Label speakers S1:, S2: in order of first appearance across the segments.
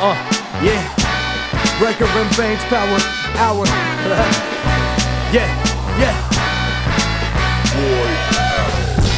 S1: Uh, yeah. Breaker and Bane's power hour. yeah, yeah.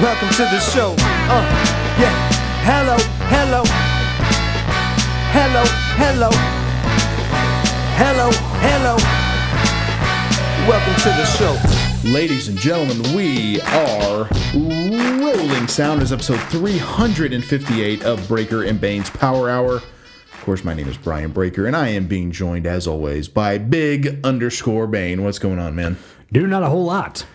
S1: Welcome to the show. Uh, yeah. Hello, hello. Hello, hello. Hello, hello. Welcome to the show.
S2: Ladies and gentlemen, we are rolling sound is episode 358 of Breaker and Bane's Power Hour. Of course, my name is Brian Breaker, and I am being joined as always by Big underscore Bane. What's going on, man?
S3: Do not a whole lot.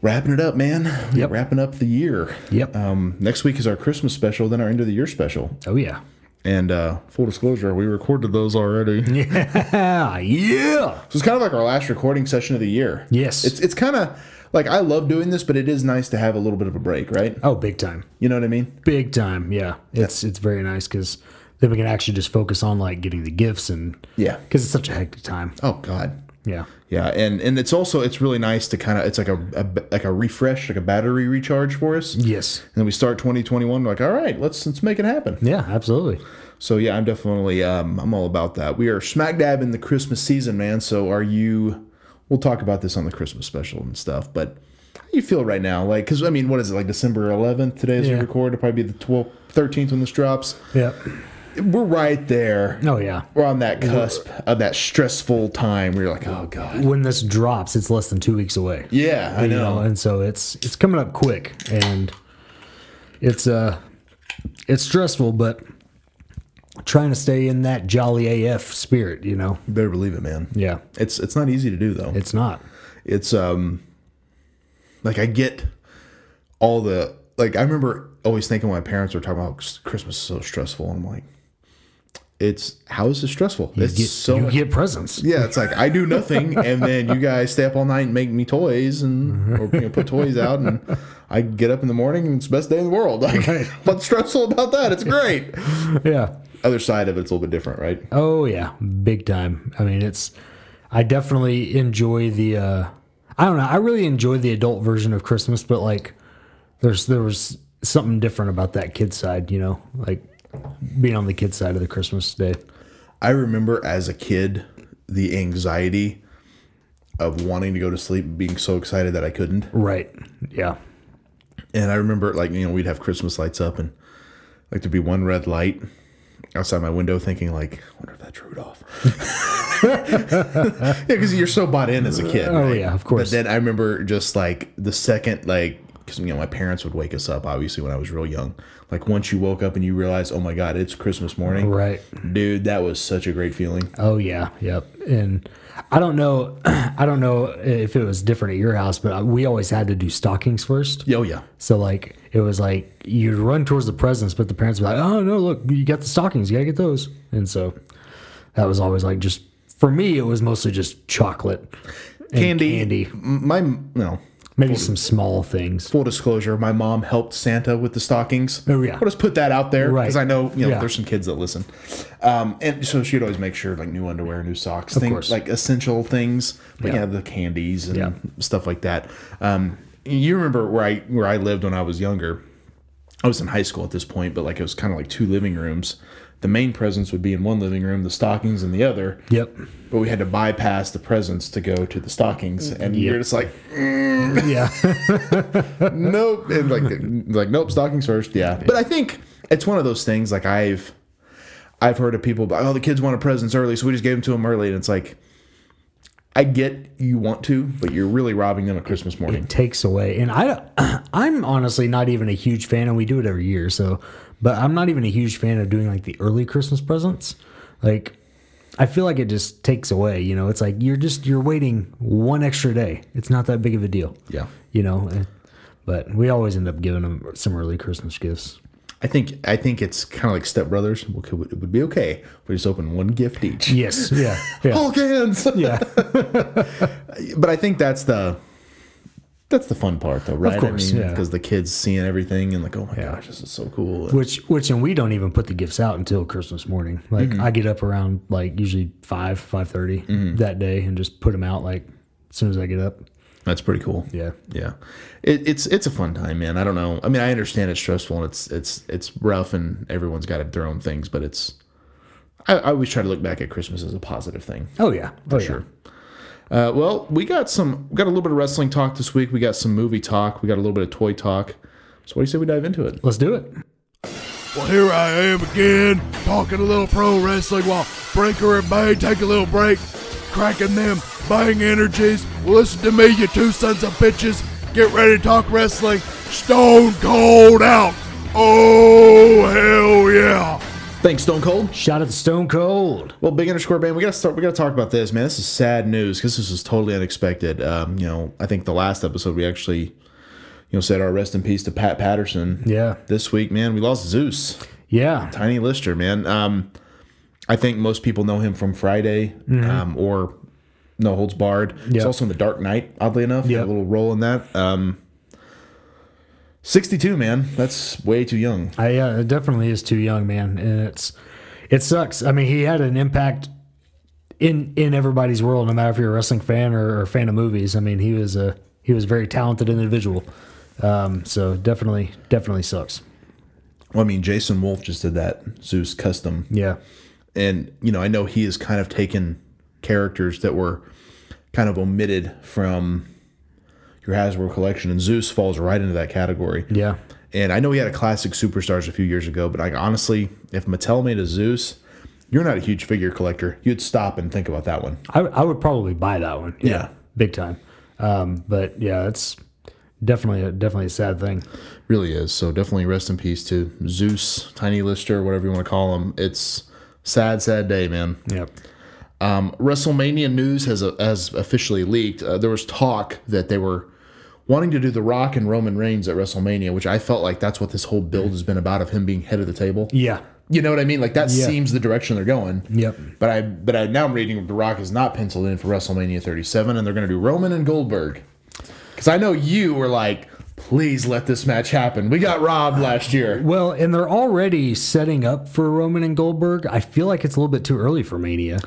S2: Wrapping it up, man. We
S3: Yep.
S2: Wrapping up the year.
S3: Yep.
S1: Uh,
S2: Um, next week is our Christmas special, then our end of the year special.
S3: Oh yeah.
S2: And uh, full disclosure, we recorded those already.
S3: Ah yeah.
S2: So it's kind of like our last recording session of the year.
S3: Yes.
S2: It's it's kind of like I love doing this, but it is nice to have a little bit of a break, right?
S3: Oh, big time.
S2: You know what I mean?
S3: Big time. Yeah. It's it's very nice because then we can actually just focus on like getting the gifts and
S2: Yeah.
S3: because it's such a hectic time.
S2: Oh God.
S3: Yeah.
S2: Yeah, and and it's also it's really nice to kind of it's like a, a like a refresh, like a battery recharge for us. And
S3: Yes.
S2: then we start 2021 like, all right, let's let's make it happen.
S3: Yeah. Absolutely.
S2: So yeah, I'm definitely um I'm all about that. We are smack dab in the Christmas season, man. So are you we'll talk about this on the Christmas special and stuff, but how you feel right now? Like cuz I mean, what is it? Like December 11th today as we
S3: Yeah.
S2: record, it'll probably be the 12th 13th when this drops.
S3: Yeah.
S2: We're right there.
S3: Oh yeah.
S2: We're on that cusp of that stressful time where you're like, oh god.
S3: When this drops, it's less than two weeks away.
S2: Yeah, I
S3: you know,
S2: know.
S3: and so it's it's coming up quick and it's uh it's stressful but trying to stay in that jolly af spirit you know
S2: You better believe it, man.
S3: yeah
S2: It's it's not easy to do though.
S3: it's not
S2: it's um like I get all the like I remember always thinking when my parents were talking about "Oh, Christmas is so stressful. I'm like, it's how is this stressful? it's
S3: Get-
S2: so
S3: you get presents
S2: yeah. It's like I do nothing, and then you guys stay up all night and make me toys and or you know, put toys out, and I get up in the morning and it's the best day in the world. Like, what's stressful about that? It's great.
S3: yeah
S2: Other side of it's a little bit different, right?
S3: oh yeah big time i mean it's i definitely enjoy the uh i don't know i really enjoy the adult version of christmas but like there's there was something different about that kid side you know like being on the kid side of the christmas day
S2: I remember as a kid the anxiety of wanting to go to sleep, being so excited that I couldn't.
S3: right yeah
S2: And I remember, like, you know, we'd have Christmas lights up and, like, there'd be one red light outside my window thinking, like, I wonder if that's Rudolph. yeah, because you're so bought in as a kid.
S3: Oh, yeah, of
S2: But
S3: course.
S2: then I remember just, like, the second, like, because, you know, my parents would wake us up, obviously, when I was real young. Like, once you woke up and you realized, oh my God, it's Christmas morning.
S3: right
S2: Dude, that was such a great feeling.
S3: Oh yeah, yep. And I don't know, I don't know if it was different at your house, but uh, we always had to do stockings first.
S2: Yeah, Oh, yeah.
S3: So like it was like you'd run towards the presents, but the parents were like, "Oh no, look, you got the stockings, you gotta get those." And so that was always like just for me, it was mostly just chocolate, and
S2: Candy.
S3: candy,
S2: M- My, you know,
S3: maybe some small things.
S2: full disclosure, my mom helped Santa with the stockings.
S3: Oh, yeah.
S2: I'll just put that out there
S3: Right.
S2: because I know you know
S3: Yeah.
S2: there's some kids that listen, um, and so she'd always make sure like new underwear, new socks, things
S3: course.
S2: like essential things. But yeah,
S3: Yeah.
S2: the candies and
S3: Yeah.
S2: stuff like that. Um, you remember where I where I lived when I was younger? I was in high school at this point, but like it was kind of like two living rooms. the main presents would be in one living room, the stockings in the other.
S3: Yep.
S2: But we had to bypass the presents to go to the stockings, and you're just like,
S3: Yeah.
S2: nope, and like, like nope, stockings first, yeah. But I think it's one of those things. Like I've, I've heard of people, oh, the kids wanted presents early, so we just gave them to them early, and it's like, I get you want to, but you're really robbing them at Christmas morning.
S3: takes away. And I, I'm honestly not even a huge fan, and we do it every year. So, but I'm not even a huge fan of doing like the early Christmas presents. Like, I feel like it just takes away. You know, it's like you're just you're waiting one extra day. It's not that big of a deal.
S2: Yeah.
S3: You know, eh, but we always end up giving them some early Christmas gifts.
S2: I think I think it's kind of like Step Brothers. We could- It would be okay. We just open one gift each.
S3: Yes. Yeah. Yeah.
S2: Hulk hands.
S3: yeah.
S2: but I think that's the that's the fun part, though, right?
S3: course,
S2: I
S3: yeah.
S2: because the kids seeing everything and like, oh my gosh, this is so cool. And
S3: Which, which, and we don't even put the gifts out until Christmas morning. Like I get up around like usually five, five that day, and just put them out like as soon as I get up.
S2: that's pretty cool.
S3: Yeah.
S2: yeah. It, it's it's a fun time, man. I don't know. I mean, I understand it's stressful and it's it's it's rough, and everyone's got their own things, but it's. I, I always try to look back at Christmas as a positive thing.
S3: Oh yeah, for
S2: sure. Uh, well, we got some, we got a little bit of wrestling talk this week. We got some movie talk. We got a little bit of toy talk. So, what do you say we dive into it?
S3: Let's do it.
S4: Well, here I am again, talking a little pro wrestling while Breaker and Bane take a little break, cracking them Bang energies. Well, listen to me, you two sons of bitches. Get ready to talk wrestling. Stone Cold out. Oh, hell yeah.
S2: Thanks, Stone Cold.
S3: Shot at the Stone Cold.
S2: Well, big underscore band, we gotta start. We gotta talk about this, man. This is sad news because this is totally unexpected. Um, you know, I think the last episode we actually, you know, said our rest in peace to Pat Patterson.
S3: Yeah,
S2: This week, man, we lost Zeus,
S3: yeah,
S2: Tiny Lister, man. Um, I think most people know him from Friday, um, or No Holds Barred. He's
S3: Mm-hmm. Yeah.
S2: also in The Dark Knight, oddly enough. He had
S3: Yeah.
S2: a little role in that. Um, sixty-two, man. That's way too young.
S3: I uh, it definitely is too young, man, and it's it sucks. I mean, he had an impact in in everybody's world, no matter if you're a wrestling fan or, or a fan of movies. I mean, he was a he was a very talented individual. Um, so definitely, definitely sucks.
S2: Well, I mean, Jason Wolf just did that Zeus custom.
S3: Yeah,
S2: and you know i know he has kind of taken characters that were kind of omitted from your hasbro collection and zeus falls right into that category
S3: yeah,
S2: and i know he had a classic superstars a few years ago but like honestly if mattel made a zeus you're not a huge figure collector you'd stop and think about that one
S3: I I would probably buy that one.
S2: Yeah.
S3: big time. Um, but yeah, it's definitely a, definitely a sad thing.
S2: really is so definitely rest in peace to zeus tiny lister whatever you want to call him it's sad sad day man
S3: Yep.
S2: WrestleMania news has has officially leaked. Uh, there was talk that they were wanting to do The Rock and Roman Reigns at WrestleMania, which I felt like that's what this whole build has been about of him being head of the table.
S3: Yeah.
S2: You know what I mean? Like that
S3: Yeah.
S2: seems the direction they're going.
S3: Yep.
S2: But I but I now I'm reading The Rock is not penciled in for WrestleMania 37, and they're going to do Roman and Goldberg. Because I know you were like, please let this match happen. We got robbed last year.
S3: Well, and they're already setting up for Roman and Goldberg. I feel like it's a little bit too early for Mania.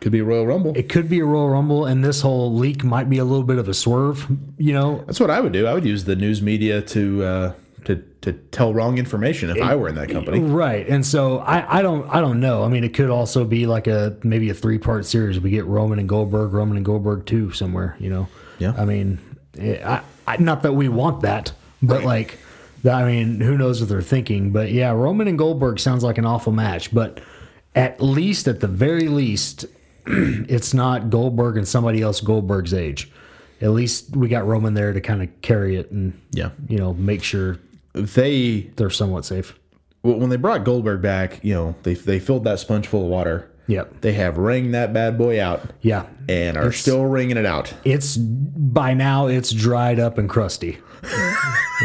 S2: Could be a Royal Rumble.
S3: It could be a Royal Rumble, and this whole leak might be a little bit of a swerve, you know?
S2: That's what I would do. I would use the news media to uh, to to tell wrong information if I were in that company.
S3: Right. And so I, I don't I don't know. I mean, it could also be like a maybe a three part series. We get Roman and Goldberg, Roman and Goldberg two somewhere, you know?
S2: Yeah.
S3: I mean, it, I, I, not that we want that, but like, that- I mean, who knows what they're thinking? But yeah, Roman and Goldberg sounds like an awful match, but at least, at the very least, it's not Goldberg and somebody else Goldberg's age. At least we got Roman there to kind of carry it and,
S2: Yeah.
S3: you know, make sure
S2: They
S3: they're somewhat safe.
S2: well, when they brought Goldberg back, you know, they they filled that sponge full of water.
S3: Yep.
S2: They have wring that bad boy out
S3: Yeah.
S2: and are still wringing it out.
S3: It's by now it's dried up and crusty.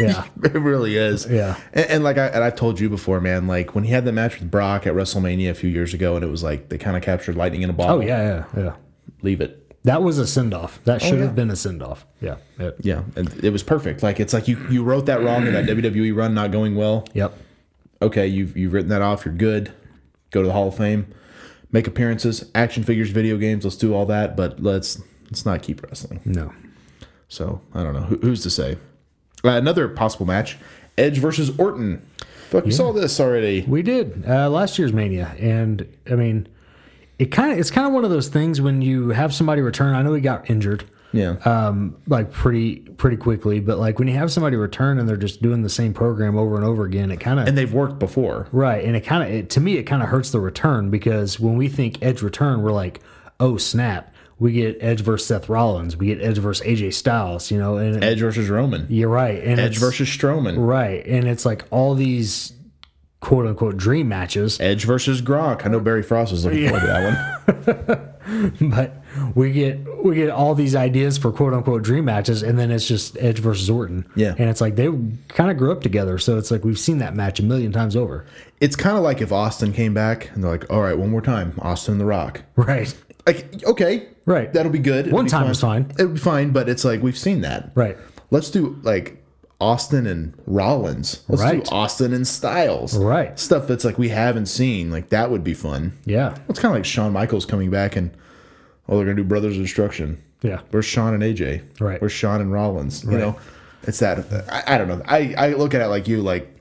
S3: yeah.
S2: It really is.
S3: Yeah.
S2: And, and like I and I've told you before, man, like when he had the match with Brock at WrestleMania a few years ago and it was like they kind of captured lightning in a bottle.
S3: Oh yeah, yeah, yeah.
S2: Leave it.
S3: That was a send off. That should have been a send off. Yeah. it-
S2: Yeah. And it was perfect. Like it's like you you wrote that wrong in that WWE run not going well.
S3: Yep.
S2: okay, you've you've written that off. You're good. Go to the Hall of Fame, make appearances, action figures, video games. Let's do all that, but let's let's not keep wrestling.
S3: No.
S2: So I don't know Who, who's to say. Uh, another possible match: Edge versus Orton. Fuck, we saw this already.
S3: We did uh, last year's Mania, and I mean, it kind of it's kind of one of those things when you have somebody return. I know he got injured,
S2: Yeah.
S3: um, like pretty pretty quickly, but like when you have somebody return and they're just doing the same program over and over again, it kind of
S2: and they've worked before.
S3: right, and it kind of it, to me it kind of hurts the return because when we think Edge return, we're like, oh snap, we get Edge versus Seth Rollins, we get Edge versus AJ Styles, you know, and
S2: Edge versus Roman.
S3: you're right, and
S2: Edge
S3: it's-
S2: versus Strowman.
S3: right, and it's like all these quote unquote dream matches
S2: Edge versus Gronk. I know Barry Frost was looking forward to that one.
S3: but we get we get all these ideas for quote unquote dream matches, and then it's just Edge versus Orton.
S2: Yeah.
S3: and it's like they kind of grew up together, so it's like we've seen that match a million times over.
S2: It's kind of like if Austin came back and they're like, all right, one more time, Austin and The Rock.
S3: Right,
S2: Like, okay.
S3: Right.
S2: That'll be good.
S3: One
S2: be
S3: time is fine.
S2: It'll be fine, but it's like, we've seen that.
S3: right,
S2: Let's do like Austin and Rollins. Let's
S3: Right.
S2: do Austin and Styles.
S3: Right.
S2: Stuff that's like we haven't seen. Like, that would be fun.
S3: yeah,
S2: It's kind of like Shawn Michaels coming back and, oh, they're going to do Brothers of Destruction.
S3: yeah,
S2: Where's Sean and AJ?
S3: Right.
S2: Where's Sean and Rollins? You know, it's that. I, I don't know. I, I look at it like you, like,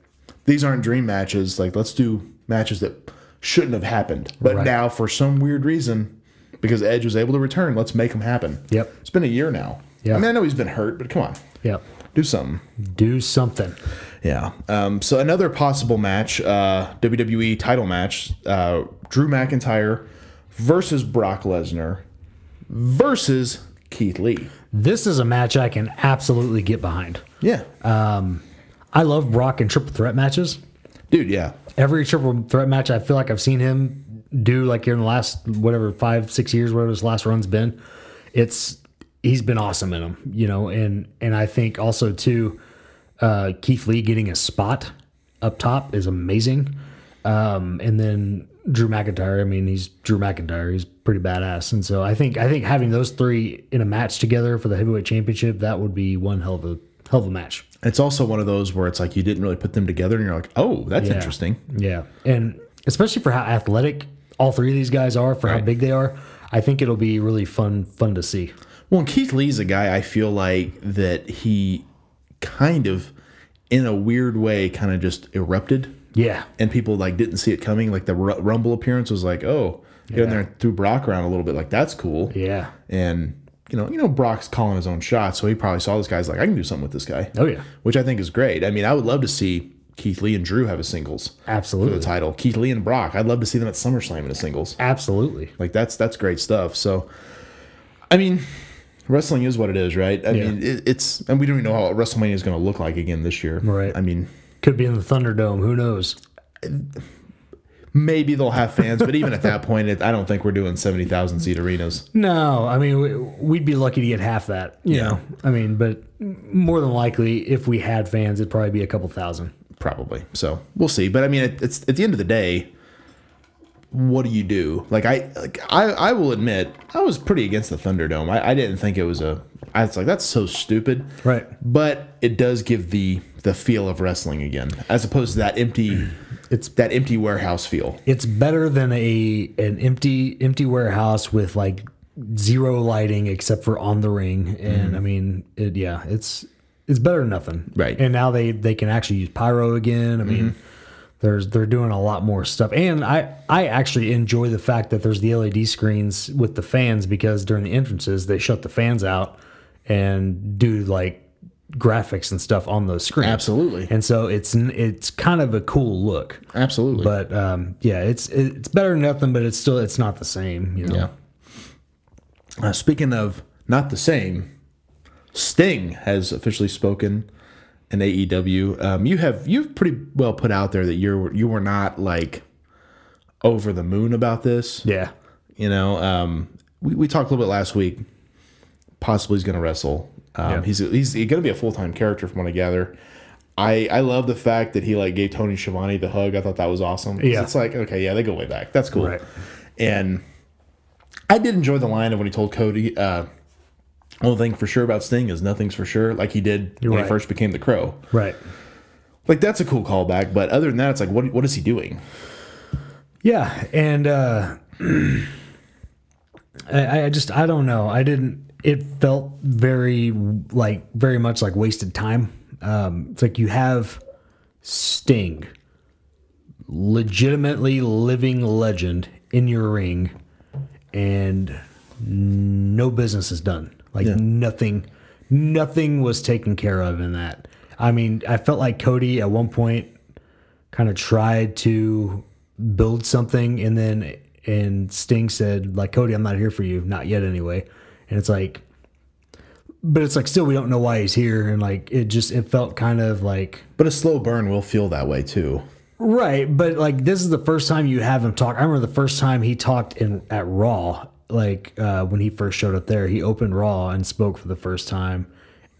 S2: these aren't dream matches. Like, let's do matches that shouldn't have happened. But
S3: Right.
S2: now, for some weird reason, because Edge was able to return, let's make them happen.
S3: Yep.
S2: It's been a year now.
S3: Yeah.
S2: I mean, I know he's been hurt, but come on,
S3: yeah.
S2: do something.
S3: Do something.
S2: Yeah. Um, so another possible match, uh, WWE title match, uh, Drew McIntyre versus Brock Lesnar versus Keith Lee.
S3: This is a match I can absolutely get behind.
S2: Yeah.
S3: I love Brock and triple threat matches.
S2: Dude, yeah.
S3: Every triple threat match, I feel like I've seen him do like in the last whatever five six years, whatever his last run's been. It's he's been awesome in them, you know, and and I think also too, uh, Keith Lee getting a spot up top is amazing, um, and then Drew McIntyre. I mean, he's Drew McIntyre. He's pretty badass, and so I think I think having those three in a match together for the heavyweight championship that would be one hell of a hell of a match.
S2: It's also one of those where it's like you didn't really put them together and you're like, oh, that's
S3: Yeah.
S2: interesting.
S3: Yeah. And especially for how athletic all three of these guys are, for how big they are, I think it'll be really fun fun to see.
S2: Well, and Keith Lee's a guy I feel like that he kind of, in a weird way, kind of just erupted
S3: Yeah.
S2: and people like didn't see it coming. Like the Ru- Rumble appearance was like, oh, get in there and threw Brock around a little bit. Like, that's cool.
S3: Yeah.
S2: and you know, you know, Brock's calling his own shot, so he probably saw this guy's like, I can do something with this guy,
S3: Oh yeah.
S2: which I think is great. I mean, I would love to see Keith Lee and Drew have a singles for the
S3: Absolutely.
S2: title. Keith Lee and Brock, I'd love to see them at SummerSlam in a singles.
S3: Absolutely.
S2: Like that's that's great stuff. So, I mean, wrestling is what it is, right? I
S3: Yeah.
S2: mean, it, it's and we don't even know how WrestleMania is going to look like again this year.
S3: Right.
S2: I mean,
S3: Could be in the Thunderdome, who knows?
S2: maybe they'll have fans, but even at that point, it, I don't think we're doing seventy thousand seat arenas.
S3: No, I mean we, we'd be lucky to get half that, you
S2: Yeah.
S3: know. I mean, but more than likely if we had fans it'd probably be a couple thousand.
S2: probably. So we'll see. But I mean, it, it's at the end of the day, what do you do? Like I, like I, I will admit, I was pretty against the Thunderdome. I, I didn't think it was a. I was like, that's so stupid.
S3: Right.
S2: But it does give the the feel of wrestling again, as opposed to that empty.
S3: It's-
S2: that empty warehouse feel.
S3: It's better than a an empty empty warehouse with like zero lighting except for on the ring. And
S2: Mm-hmm.
S3: I mean, it, yeah, it's it's better than nothing.
S2: Right. Mm-hmm.
S3: And now they they can actually use pyro again. I mean, there's they're doing a lot more stuff. And I I actually enjoy the fact that there's the LED screens with the fans because during the entrances they shut the fans out and do like graphics and stuff on those screens.
S2: Absolutely.
S3: And so it's n- it's kind of a cool look.
S2: Absolutely.
S3: But um, yeah, it's it's better than nothing, but it's still it's not the same. You know?
S2: yeah. Uh, speaking of not the same, Sting has officially spoken in AEW. Um, you have you've pretty well put out there that you're you were not like over the moon about this.
S3: Yeah.
S2: You know, um, we we talked a little bit last week. Possibly he's going to wrestle. Um,
S3: Yeah.
S2: He's he's going to be a full time character from what I gather. I, I love the fact that he like gave Tony Schiavone the hug. I thought that was awesome. 'Cause
S3: Yeah.
S2: it's like okay, yeah, they go way back. That's cool.
S3: Right.
S2: And I did enjoy the line of when he told Cody, uh, one thing for sure about Sting is nothing's for sure, like he did when
S3: right.
S2: he first became the Crow.
S3: Right.
S2: Like that's a cool callback, but other than that, it's like what what is he doing?
S3: Yeah, and uh, I, I just I don't know. I didn't. It felt very like very much like wasted time. Um, it's like you have Sting, legitimately living legend in your ring, and no business is done. Like
S2: Yeah.
S3: nothing, nothing was taken care of in that. I mean, I felt like Cody at one point kind of tried to build something, and then and Sting said like Cody, I'm not here for you, not yet anyway. And it's like, but it's like still we don't know why he's here, and like it just it felt kind of like
S2: But a slow burn will feel that way too.
S3: Right, but like this is the first time you have him talk. I remember the first time he talked in at Raw, like uh, when he first showed up there. He opened Raw and spoke for the first time,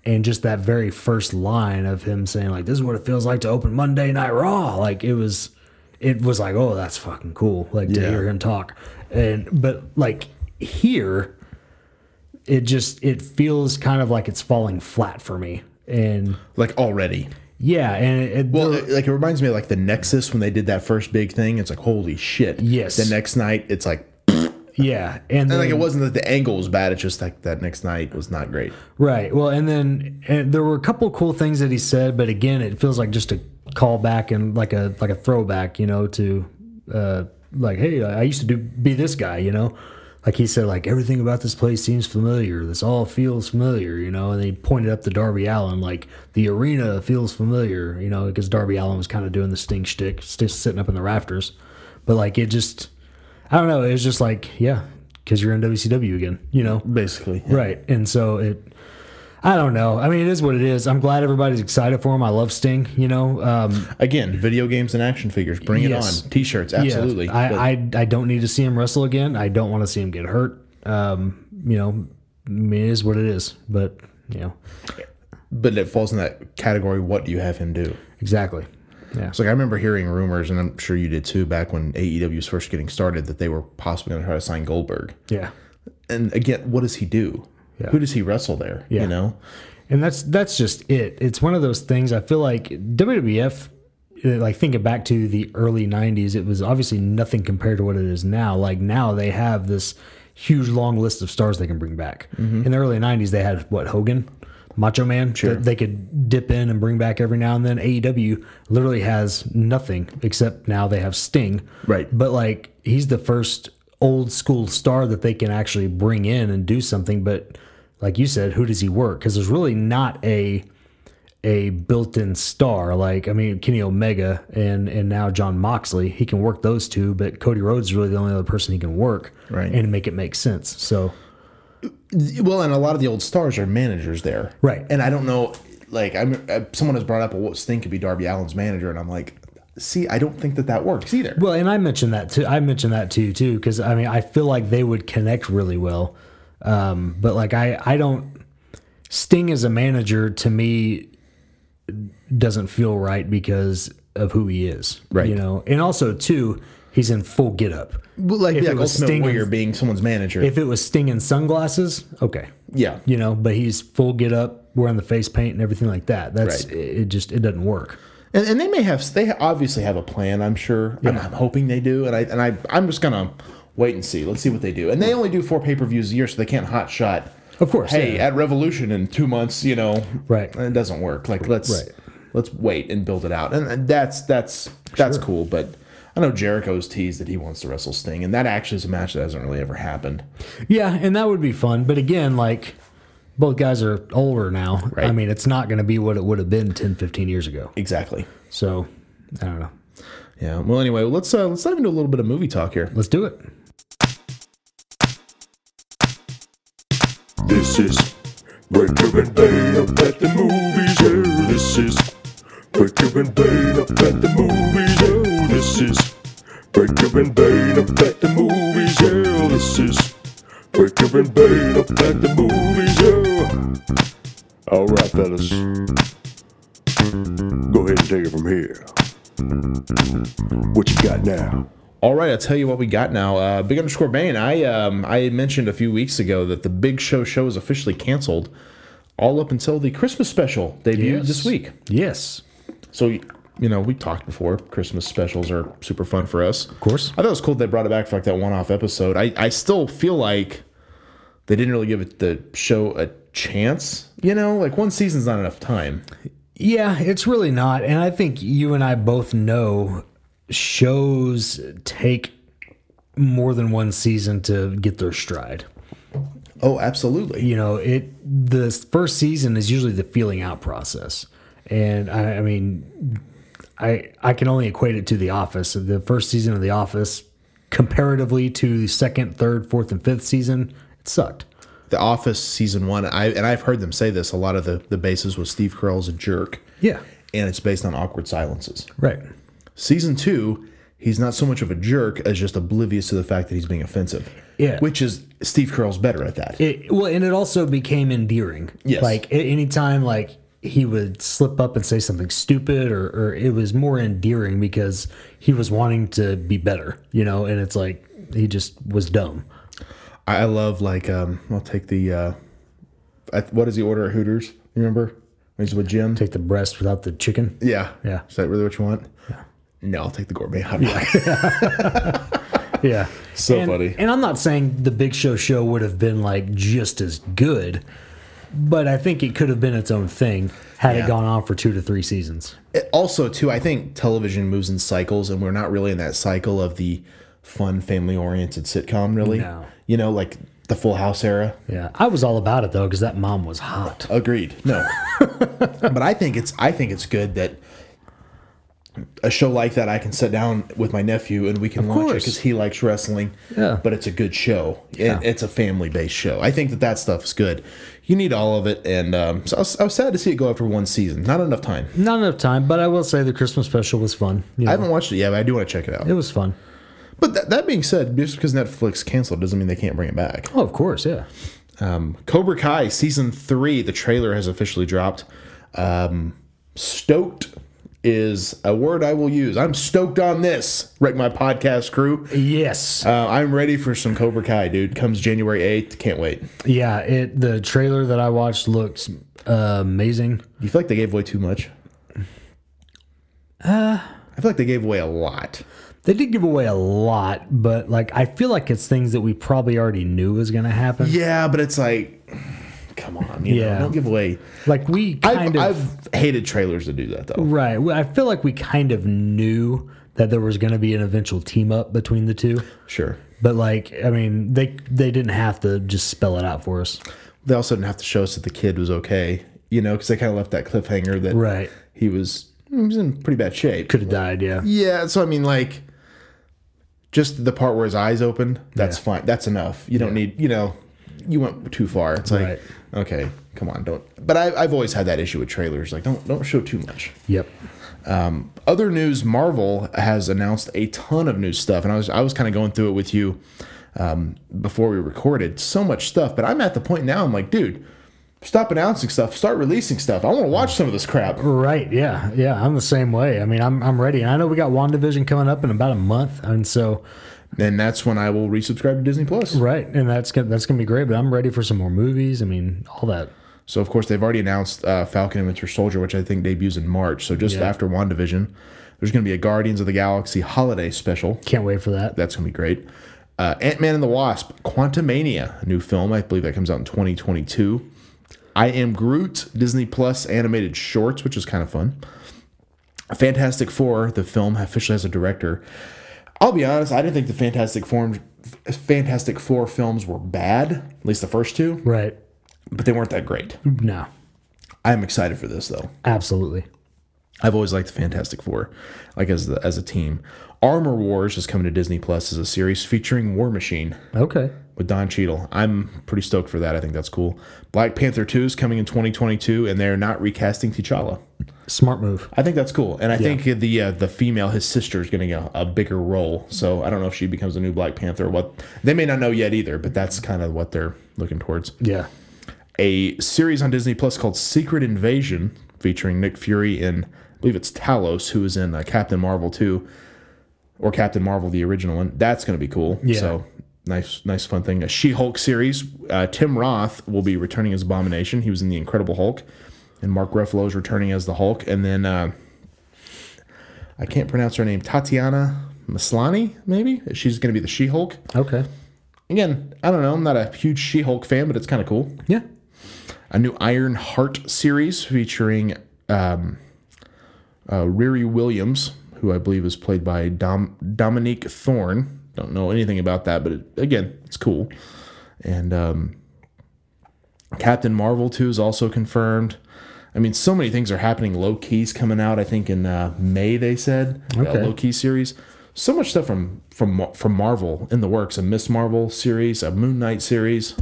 S3: and just that very first line of him saying like, "This is what it feels like to open Monday Night Raw." Like it was, it was like, "Oh, that's fucking cool!" Like to
S2: Yeah.
S3: hear him talk, and but like here, it just it feels kind of like it's falling flat for me, and
S2: Like already.
S3: yeah, and it, it-
S2: Well, it- like it reminds me of like the Nexus when they did that first big thing. It's like holy shit.
S3: Yes.
S2: The next night, it's like
S3: yeah, and
S2: and
S3: then,
S2: like it wasn't that the angle was bad. It's just like that next night was not great.
S3: Right. Well, and then and there were a couple cool things that he said, but again, it feels like just a callback and like a like a throwback, you know, to uh, like, hey, I used to do be this guy, you know. Like he said, like everything about this place seems familiar. This all feels familiar, you know. And then he pointed up to Darby Allen, like the arena feels familiar, you know, because Darby Allen was kind of doing the sting shtick, just sitting up in the rafters. But like it just, I don't know. It was just like, yeah, because you're in WCW again, you know.
S2: Basically.
S3: Right. And so it, I don't know. I mean, it is what it is. I'm glad everybody's excited for him. I love Sting, you know. Um,
S2: Again, video games and action figures. Bring
S3: Yes.
S2: it on. T-shirts, absolutely.
S3: Yeah,
S2: But-
S3: I, I, I don't need to see him wrestle again. I don't want to see him get hurt. Um, you know, I mean, it is what it is. But, you know,
S2: but it falls in that category. What do you have him do?
S3: exactly. Yeah.
S2: It's like I remember hearing rumors, and I'm sure you did too, back when AEW was first getting started, that they were possibly going to try to sign Goldberg.
S3: Yeah.
S2: And again, what does he do?
S3: Yeah.
S2: Who does he wrestle there?
S3: Yeah.
S2: You know,
S3: And that's that's just it. It's one of those things. I feel like WWF, uh, like thinking back to the early '90s, it was obviously nothing compared to what it is now. Like now they have this huge long list of stars they can bring back. In the early '90s, they had what Hogan, Macho Man, that they could dip in and bring back every now and then. AEW literally has nothing except now they have Sting.
S2: Right.
S3: But like he's the first old school star that they can actually bring in and do something. But like you said, who does he work? Because there's really not a a built-in star. Like I mean, Kenny Omega and and now John Moxley, he can work those two. But Cody Rhodes is really the only other person he can work
S2: Right.
S3: and make it make sense. So
S2: well, and a lot of the old stars are managers there,
S3: Right.
S2: And I don't know, like, I'm uh, someone has brought up, well, what Sting could be Darby Allen's manager, and I'm like, see, I don't think that that works either.
S3: Well, and I mentioned that too. I mentioned that too, too, because I mean, I feel like they would connect really well. Um, but like, I, I don't. Sting as a manager to me doesn't feel right because of who he is,
S2: Right.
S3: You know, and also too, he's in full get up.
S2: But like,
S3: If
S2: yeah,
S3: it was
S2: Ultimate
S3: Sting and-
S2: Warrior being someone's manager,
S3: If it was Sting in sunglasses, okay,
S2: yeah,
S3: you know, but he's full get up, wearing the face paint and everything like that. That's
S2: Right.
S3: it. it Just it doesn't work.
S2: And, and they may have they obviously have a plan. I'm sure. I'm, I'm hoping they do. And I and I I'm just gonna wait and see. Let's see what they do. And they only do four pay per views a year, so they can't hot shot.
S3: Of course,
S2: Hey,
S3: yeah.
S2: at Revolution in two months, you know,
S3: Right.
S2: It doesn't work. Like let's
S3: Right.
S2: let's wait and build it out. And, and that's that's that's cool. But I know Jericho's teased that he wants to wrestle Sting, and that actually is a match that hasn't really ever happened.
S3: Yeah, and that would be fun. But again, like both guys are older now.
S2: Right.
S3: I mean, it's not going to be what it would have been 10, 15 years ago.
S2: Exactly.
S3: So, I don't know.
S2: Yeah. Well, anyway, let's uh, let's dive into a little bit of movie talk here.
S3: Let's do it.
S4: This is Breaker and Bane up at the movies. Yeah, this is Breaker and Bane up at the movies. Yeah, this is Breaker and Bane up at the movies. Yeah, this is Breaker and Bane up at the movies. Yeah. All right, fellas. Go ahead and take it from here. What you got now?
S2: All right, I'll tell you what we got now. Uh, Big underscore Bane. I um, I mentioned a few weeks ago that the Big Show show is officially canceled, all up until the Christmas special debuted
S3: Yes.
S2: this week.
S3: Yes.
S2: So you know we talked before. Christmas specials are super fun for us. Of
S3: course.
S2: I thought it was cool they brought it back for like that one-off episode. I I still feel like they didn't really give it the show a chance. You know, like one season's not enough time.
S3: Yeah, it's really not. And I think you and I both know shows take more than one season to get their stride.
S2: Oh, absolutely.
S3: You know, it the first season is usually the feeling out process, and I, I mean, I I can only equate it to The Office. The first season of The Office, comparatively to the second, third, fourth, and fifth season, it sucked.
S2: The Office season one, I and I've heard them say this. A lot of the the basis was Steve Carell's a jerk,
S3: Yeah,
S2: and it's based on awkward silences.
S3: right.
S2: Season two, he's not so much of a jerk as just oblivious to the fact that he's being offensive.
S3: Yeah.
S2: which is Steve Carell's better at that.
S3: It, well, and it also became endearing.
S2: Yes.
S3: Like a- anytime, like he would slip up and say something stupid, or, or it was more endearing because he was wanting to be better, you know. And it's like he just was dumb.
S2: I I love like um, I'll take the uh, I, what is the order at Hooters? You remember? He's with Jim.
S3: Take the breast without the chicken.
S2: yeah,
S3: Yeah.
S2: Is that really what you want? No, I'll take the gourmet hot dog.
S3: Yeah.
S2: so
S3: and,
S2: funny.
S3: And I'm not saying the Big Show show would have been like just as good, but I think it could have been its own thing had
S2: Yeah.
S3: it gone on for two to three seasons.
S2: also too i think television moves in cycles and we're not really in that cycle of the fun family oriented sitcom really
S3: No.
S2: you know like the full house era
S3: Yeah. I was all about it though because that mom was hot.
S2: agreed no but i think it's i think it's good that a show like that i can sit down with my nephew and we can watch it
S3: course.
S2: because he likes wrestling
S3: Yeah.
S2: but it's a good show and it's a family-based show i think that that stuff is good you need all of it and um, so I, was, I was sad to see it go after one season not enough time
S3: Not enough time, but I will say the Christmas special was fun.
S2: i
S3: You know,
S2: haven't watched it yet but i do want to check it out
S3: it was fun.
S2: But that, that being said, just because Netflix canceled doesn't mean they can't bring it back.
S3: Oh, of course, yeah.
S2: Cobra Kai season three, the trailer has officially dropped. Um, stoked is a word I will use. I'm stoked on this, wreck my podcast crew.
S3: Yes.
S2: Uh, I'm ready for some Cobra Kai, dude. Comes January 8th. Can't wait.
S3: yeah, it the trailer that I watched looks uh, amazing.
S2: You feel like they gave away too much? Uh, I feel like they gave away a lot.
S3: They did give away a lot, but like I feel like it's things that we probably already knew was going to happen.
S2: Yeah, but it's like, come on. You
S3: Yeah.
S2: Know, don't give away.
S3: Like we
S2: I've,
S3: kind of
S2: I've hated trailers that do that, though.
S3: Right. Well, I feel like we kind of knew that there was going to be an eventual team up between the two,
S2: Sure.
S3: but like, I mean, they they didn't have to just spell it out for us.
S2: they also didn't have to show us that the kid was okay, you know, because they kind of left that cliffhanger that
S3: Right.
S2: he was he was in pretty bad shape.
S3: Could have died. Yeah.
S2: Yeah, so I mean, like, just the part where his eyes open, that's
S3: Yeah.
S2: fine. That's enough. You don't need, you know, you went too far. It's like,
S3: Right.
S2: okay, come on, don't. But I, I've always had that issue with trailers. Like, don't don't show too much.
S3: Yep.
S2: Other news: Marvel has announced a ton of new stuff, and I was I was kind of going through it with you um, before we recorded. So much stuff, but I'm at the point now. I'm like, dude, stop announcing stuff. Start releasing stuff. I want to watch some of this crap.
S3: Right. Yeah. Yeah. I'm the same way. I mean, I'm I'm ready. And I know we got WandaVision coming up in about a month, and so
S2: And that's when I will resubscribe to Disney Plus.
S3: right, and that's gonna, that's gonna be great. But I'm ready for some more movies. I mean, all that.
S2: So of course they've already announced uh, Falcon and Winter Soldier, which I think debuts in March. So just
S3: Yeah.
S2: after Wandavision, there's going to be a Guardians of the Galaxy holiday special.
S3: Can't wait for that.
S2: That's going to be great. Uh, Ant Man and the Wasp, Quantumania, a new film. I believe that comes out in 2022. I Am Groot, Disney Plus animated shorts, which is kind of fun. Fantastic Four, the film, officially has a director. I'll be honest, I didn't think the Fantastic Four, Fantastic Four films were bad, at least the first two,
S3: Right.
S2: but they weren't that great.
S3: No.
S2: I'm excited for this, though.
S3: Absolutely.
S2: I've always liked the Fantastic Four, like as, the, as a team. Armor Wars is coming to Disney Plus as a series featuring War Machine
S3: Okay.
S2: with Don Cheadle. I'm pretty stoked for that. I think that's cool. Black Panther 2 is coming in 2022, and they're not recasting T'Challa.
S3: Smart move.
S2: I think that's cool, and I think the uh, the female, his sister, is getting a, a bigger role. So I don't know if she becomes a new Black Panther. or What they may not know yet either, but that's kind of what they're looking towards.
S3: Yeah.
S2: A series on Disney Plus called Secret Invasion, featuring Nick Fury and I believe it's Talos, who is in uh, Captain Marvel 2 or Captain Marvel the original one. That's going to be cool.
S3: Yeah.
S2: So nice, nice fun thing. A She-Hulk series. Uh, Tim Roth will be returning as Abomination. He was in the Incredible Hulk, and Mark Ruffalo is returning as the Hulk. And then uh, I can't pronounce her name. Tatiana Maslany, maybe she's going to be the She-Hulk.
S3: Okay.
S2: Again, I don't know. I'm not a huge She-Hulk fan, but it's kind of cool.
S3: Yeah.
S2: A new Iron Heart series featuring um, uh, Riri Williams, who who I believe is played by Dom- Dominique Thorne. Don't know anything about that, but it, again, it's cool. And um, Captain Marvel too is also confirmed. I mean, so many things are happening. Low Key's coming out, I think, in uh, May. They said
S3: Okay.
S2: Low Key series. So much stuff from from Mar- from Marvel in the works. A Miss Marvel series, a Moon Knight series,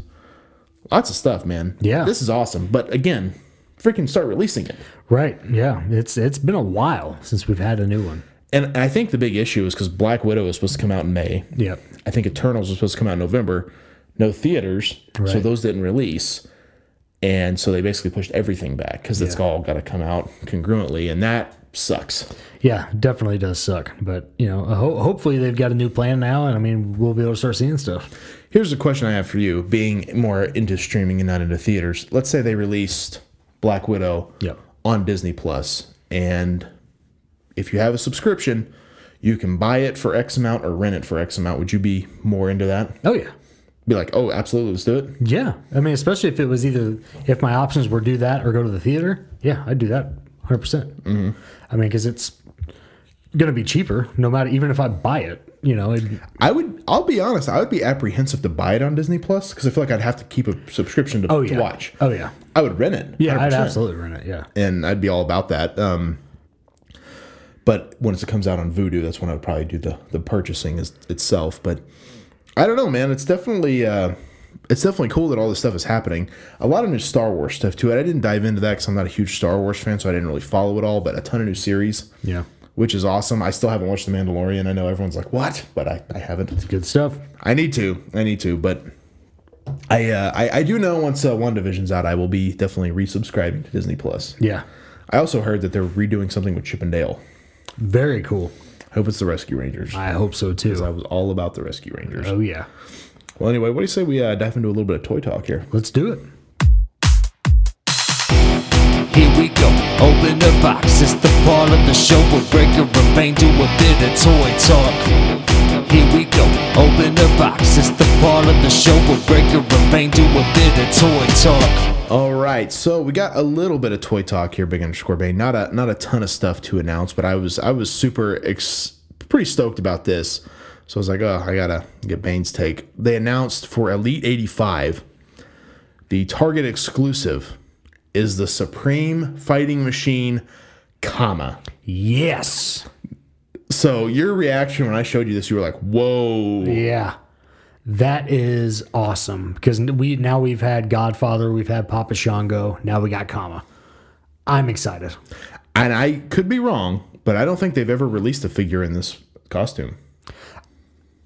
S2: lots of stuff, man.
S3: Yeah.
S2: this is awesome. But again, freaking start releasing it.
S3: Right. Yeah. It's it's been a while since we've had a new one.
S2: And I think the big issue is because Black Widow is supposed to come out in May.
S3: Yep.
S2: I think Eternals was supposed to come out in November. No theaters, so
S3: Right.
S2: those didn't release. And so they basically pushed everything back because it's all got to come out congruently, and that sucks.
S3: Yeah, definitely does suck. But you know, ho- hopefully they've got a new plan now, and I mean, we'll be able to start seeing stuff.
S2: Here's a question I have for you: Being more into streaming and not into theaters, let's say they released Black Widow
S3: Yep.
S2: on Disney Plus, and if you have a subscription, you can buy it for X amount or rent it for X amount. Would you be more into that?
S3: Oh yeah.
S2: Be like, oh, absolutely, let's do it.
S3: Yeah. I mean, especially if it was either if my options were do that or go to the theater. Yeah, I'd do that 100. percent I mean, because it's gonna be cheaper, no matter even if I buy it. You know, it,
S2: I would. I'll be honest. I would be apprehensive to buy it on Disney Plus because I feel like I'd have to keep a subscription to,
S3: oh yeah.
S2: to watch.
S3: Oh yeah.
S2: I would rent it.
S3: Yeah, i would
S2: 100%,
S3: absolutely rent it. Yeah.
S2: and I'd be all about that. Um, but once it comes out on Vudu, that's when I would probably do the the purchasing is, itself. But I don't know, man. It's definitely uh, it's definitely cool that all this stuff is happening. A lot of new Star Wars stuff too. And I didn't dive into that because I'm not a huge Star Wars fan, so I didn't really follow it all. But a ton of new series.
S3: Yeah.
S2: Which is awesome. I still haven't watched The Mandalorian. I know everyone's like, "What?" But I, I haven't.
S3: Good stuff.
S2: I need to. I need to. But I uh, I, I do know once uh, One Division's out, I will be definitely resubscribing to Disney Plus.
S3: Yeah.
S2: I also heard that they're redoing something with Chip and Dale.
S3: Very cool.
S2: I hope it's the Rescue Rangers.
S3: I hope so
S2: I
S3: too.
S2: was all about the Rescue Rangers.
S3: Oh yeah.
S2: Well, anyway, what do you say we uh, dive into a little bit of toy talk here?
S3: Let's do it.
S5: Here we go, open the box. It's the part of the show where Breaker and Bane do a bit of toy talk. Here we go, open the box. It's the part of the show where Breaker and Bane do a bit of toy talk.
S2: All right, so we got a little bit of toy talk here, Big Underscore Bay. Not a not a ton of stuff to announce, but I was I was super ex- pretty stoked about this. So I was like, oh, I gotta get Bane's take. They announced for Elite eighty five, the Target exclusive is the Supreme Fighting Machine, comma.
S3: Yes.
S2: So your reaction when I showed you this, you were like, whoa,
S3: Yeah. That is awesome because we now we've had Godfather, we've had Papa Shango, now we got Kama. I'm excited.
S2: and I could be wrong, but I don't think they've ever released a figure in this costume.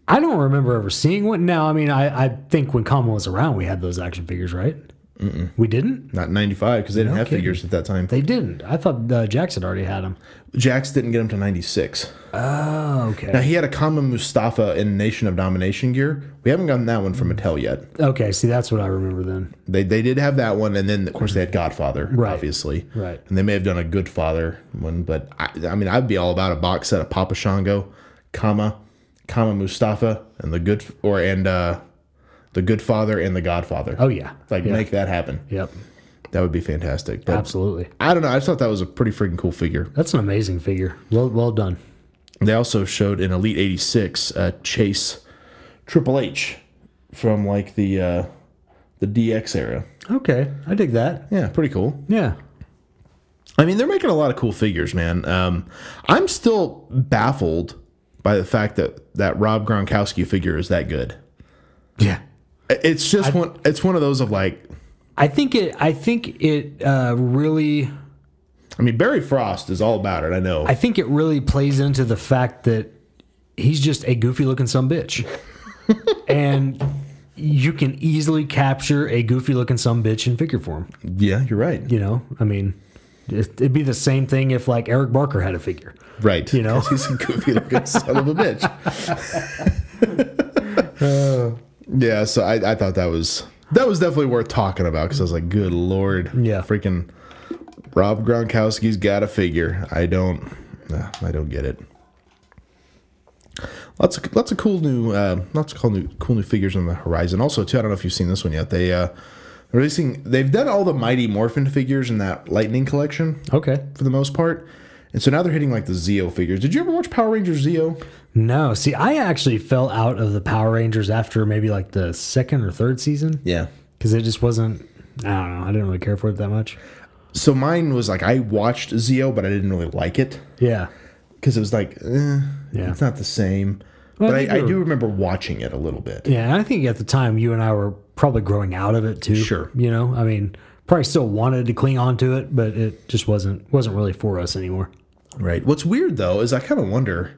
S3: I don't remember ever seeing one. Now, I mean, I, I think when Kama was around, we had those action figures, right? We didn't.
S2: Not ninety five because they didn't have
S3: kidding.
S2: figures at that time.
S3: They didn't. I thought uh, Jax had already had them.
S2: Jax didn't get him to 96.
S3: Oh,
S2: Now,
S3: okay.
S2: he had a common Mustafa in Nation of Domination gear. We haven't gotten that one from
S3: Mm.
S2: Mattel yet.
S3: Okay. See, that's what I remember then.
S2: They, they did have that one, and then, of course, they had Godfather,
S3: Right.
S2: obviously.
S3: Right.
S2: And they may have done a Good Father one, but I, I mean, I'd be all about a box set of Papa Shango, comma, comma Mustafa, and the Good, or, and, uh, the Good Father and the Godfather.
S3: Oh yeah.
S2: Like,
S3: yeah.
S2: make that happen.
S3: Yep.
S2: That would be fantastic. But
S3: Absolutely.
S2: I don't know. I just thought that was a pretty freaking cool figure.
S3: That's an amazing figure. Well, well done.
S2: They also showed in Elite 86 uh, Chase Triple H from like the uh, the DX era.
S3: Okay, I dig that.
S2: Yeah, pretty cool.
S3: Yeah.
S2: I mean, they're making a lot of cool figures, man. Um, I'm still baffled by the fact that that Rob Gronkowski figure is that good.
S3: Yeah.
S2: I- It's just one. It's one of those of like.
S3: I think it. I think it uh, really.
S2: I mean, Barry Frost is all about it. I know.
S3: I think it really plays into the fact that he's just a goofy looking some bitch, and you can easily capture a goofy looking some bitch in figure form.
S2: yeah, you're right.
S3: You know, I mean, it- it'd be the same thing if like Eric Barker had a figure.
S2: Right.
S3: You know?
S2: 'Cause he's a goofy looking son of a bitch. yeah, so I, I thought that was that was definitely worth talking about because I was like, good lord,
S3: Yeah.
S2: freaking Rob Gronkowski's got a figure. I don't, nah, I don't get it. Lots of lots of cool new uh, lots of cool new cool new figures on the horizon. Also, too, I don't know if you've seen this one yet. They uh, they're releasing they've done all the Mighty Morphin figures in that Lightning collection
S3: Okay.
S2: for the most part. And so now they're hitting like the Zeo figures. Did you ever watch Power Rangers Zeo?
S3: No, see, I actually fell out of the Power Rangers after maybe like the second or third season
S2: Yeah.
S3: because it just wasn't. I don't know. I didn't really care for it that much.
S2: So mine was like I watched Zeo, but I didn't really like it
S3: Yeah,
S2: because it was like, eh,
S3: Yeah.
S2: it's not the same.
S3: Well, I
S2: but
S3: think
S2: I, I
S3: you're-
S2: do remember watching it a little bit.
S3: yeah. And I think at the time you and I were probably growing out of it too.
S2: Sure.
S3: You know, I mean, probably still wanted to cling on to it, but it just wasn't wasn't really for us anymore.
S2: Right. What's weird though is I kind of wonder,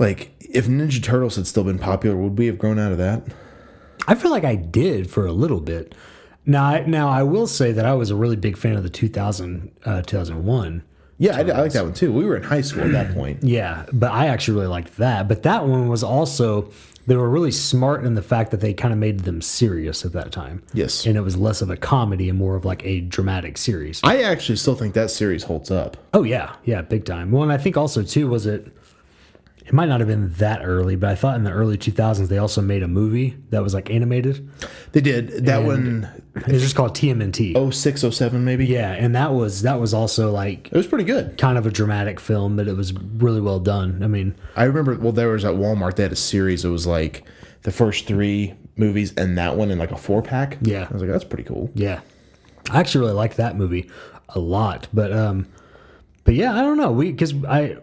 S2: like, if Ninja Turtles had still been popular, would we have grown out of that?
S3: I feel like I did for a little bit. Now, I, now I will say that I was a really big fan of the 2000, uh, 2001.
S2: Yeah, I, I like that one too. We were in high school at that point.
S3: Yeah, but I actually really liked that. But that one was also they were really smart in the fact that they kind of made them serious at that time.
S2: Yes.
S3: and it was less of a comedy and more of like a dramatic series.
S2: I actually still think that series holds up.
S3: Oh yeah, yeah, big time. Well, and I think also too was it. It might not have been that early, but I thought in the early 2000s they also made a movie that was like animated.
S2: They did that oh
S3: It was just called TMNT.
S2: one 06, 07 maybe.
S3: Yeah, and that was that was also like
S2: it was pretty good.
S3: kind of a dramatic film, but it was really well done. I mean,
S2: I remember. Well, there was at Walmart they had a series. It was like the first three movies and that one in like a four pack.
S3: Yeah.
S2: I was like, that's pretty cool.
S3: yeah, I actually really liked that movie a lot. But um, but yeah, I don't know. We because I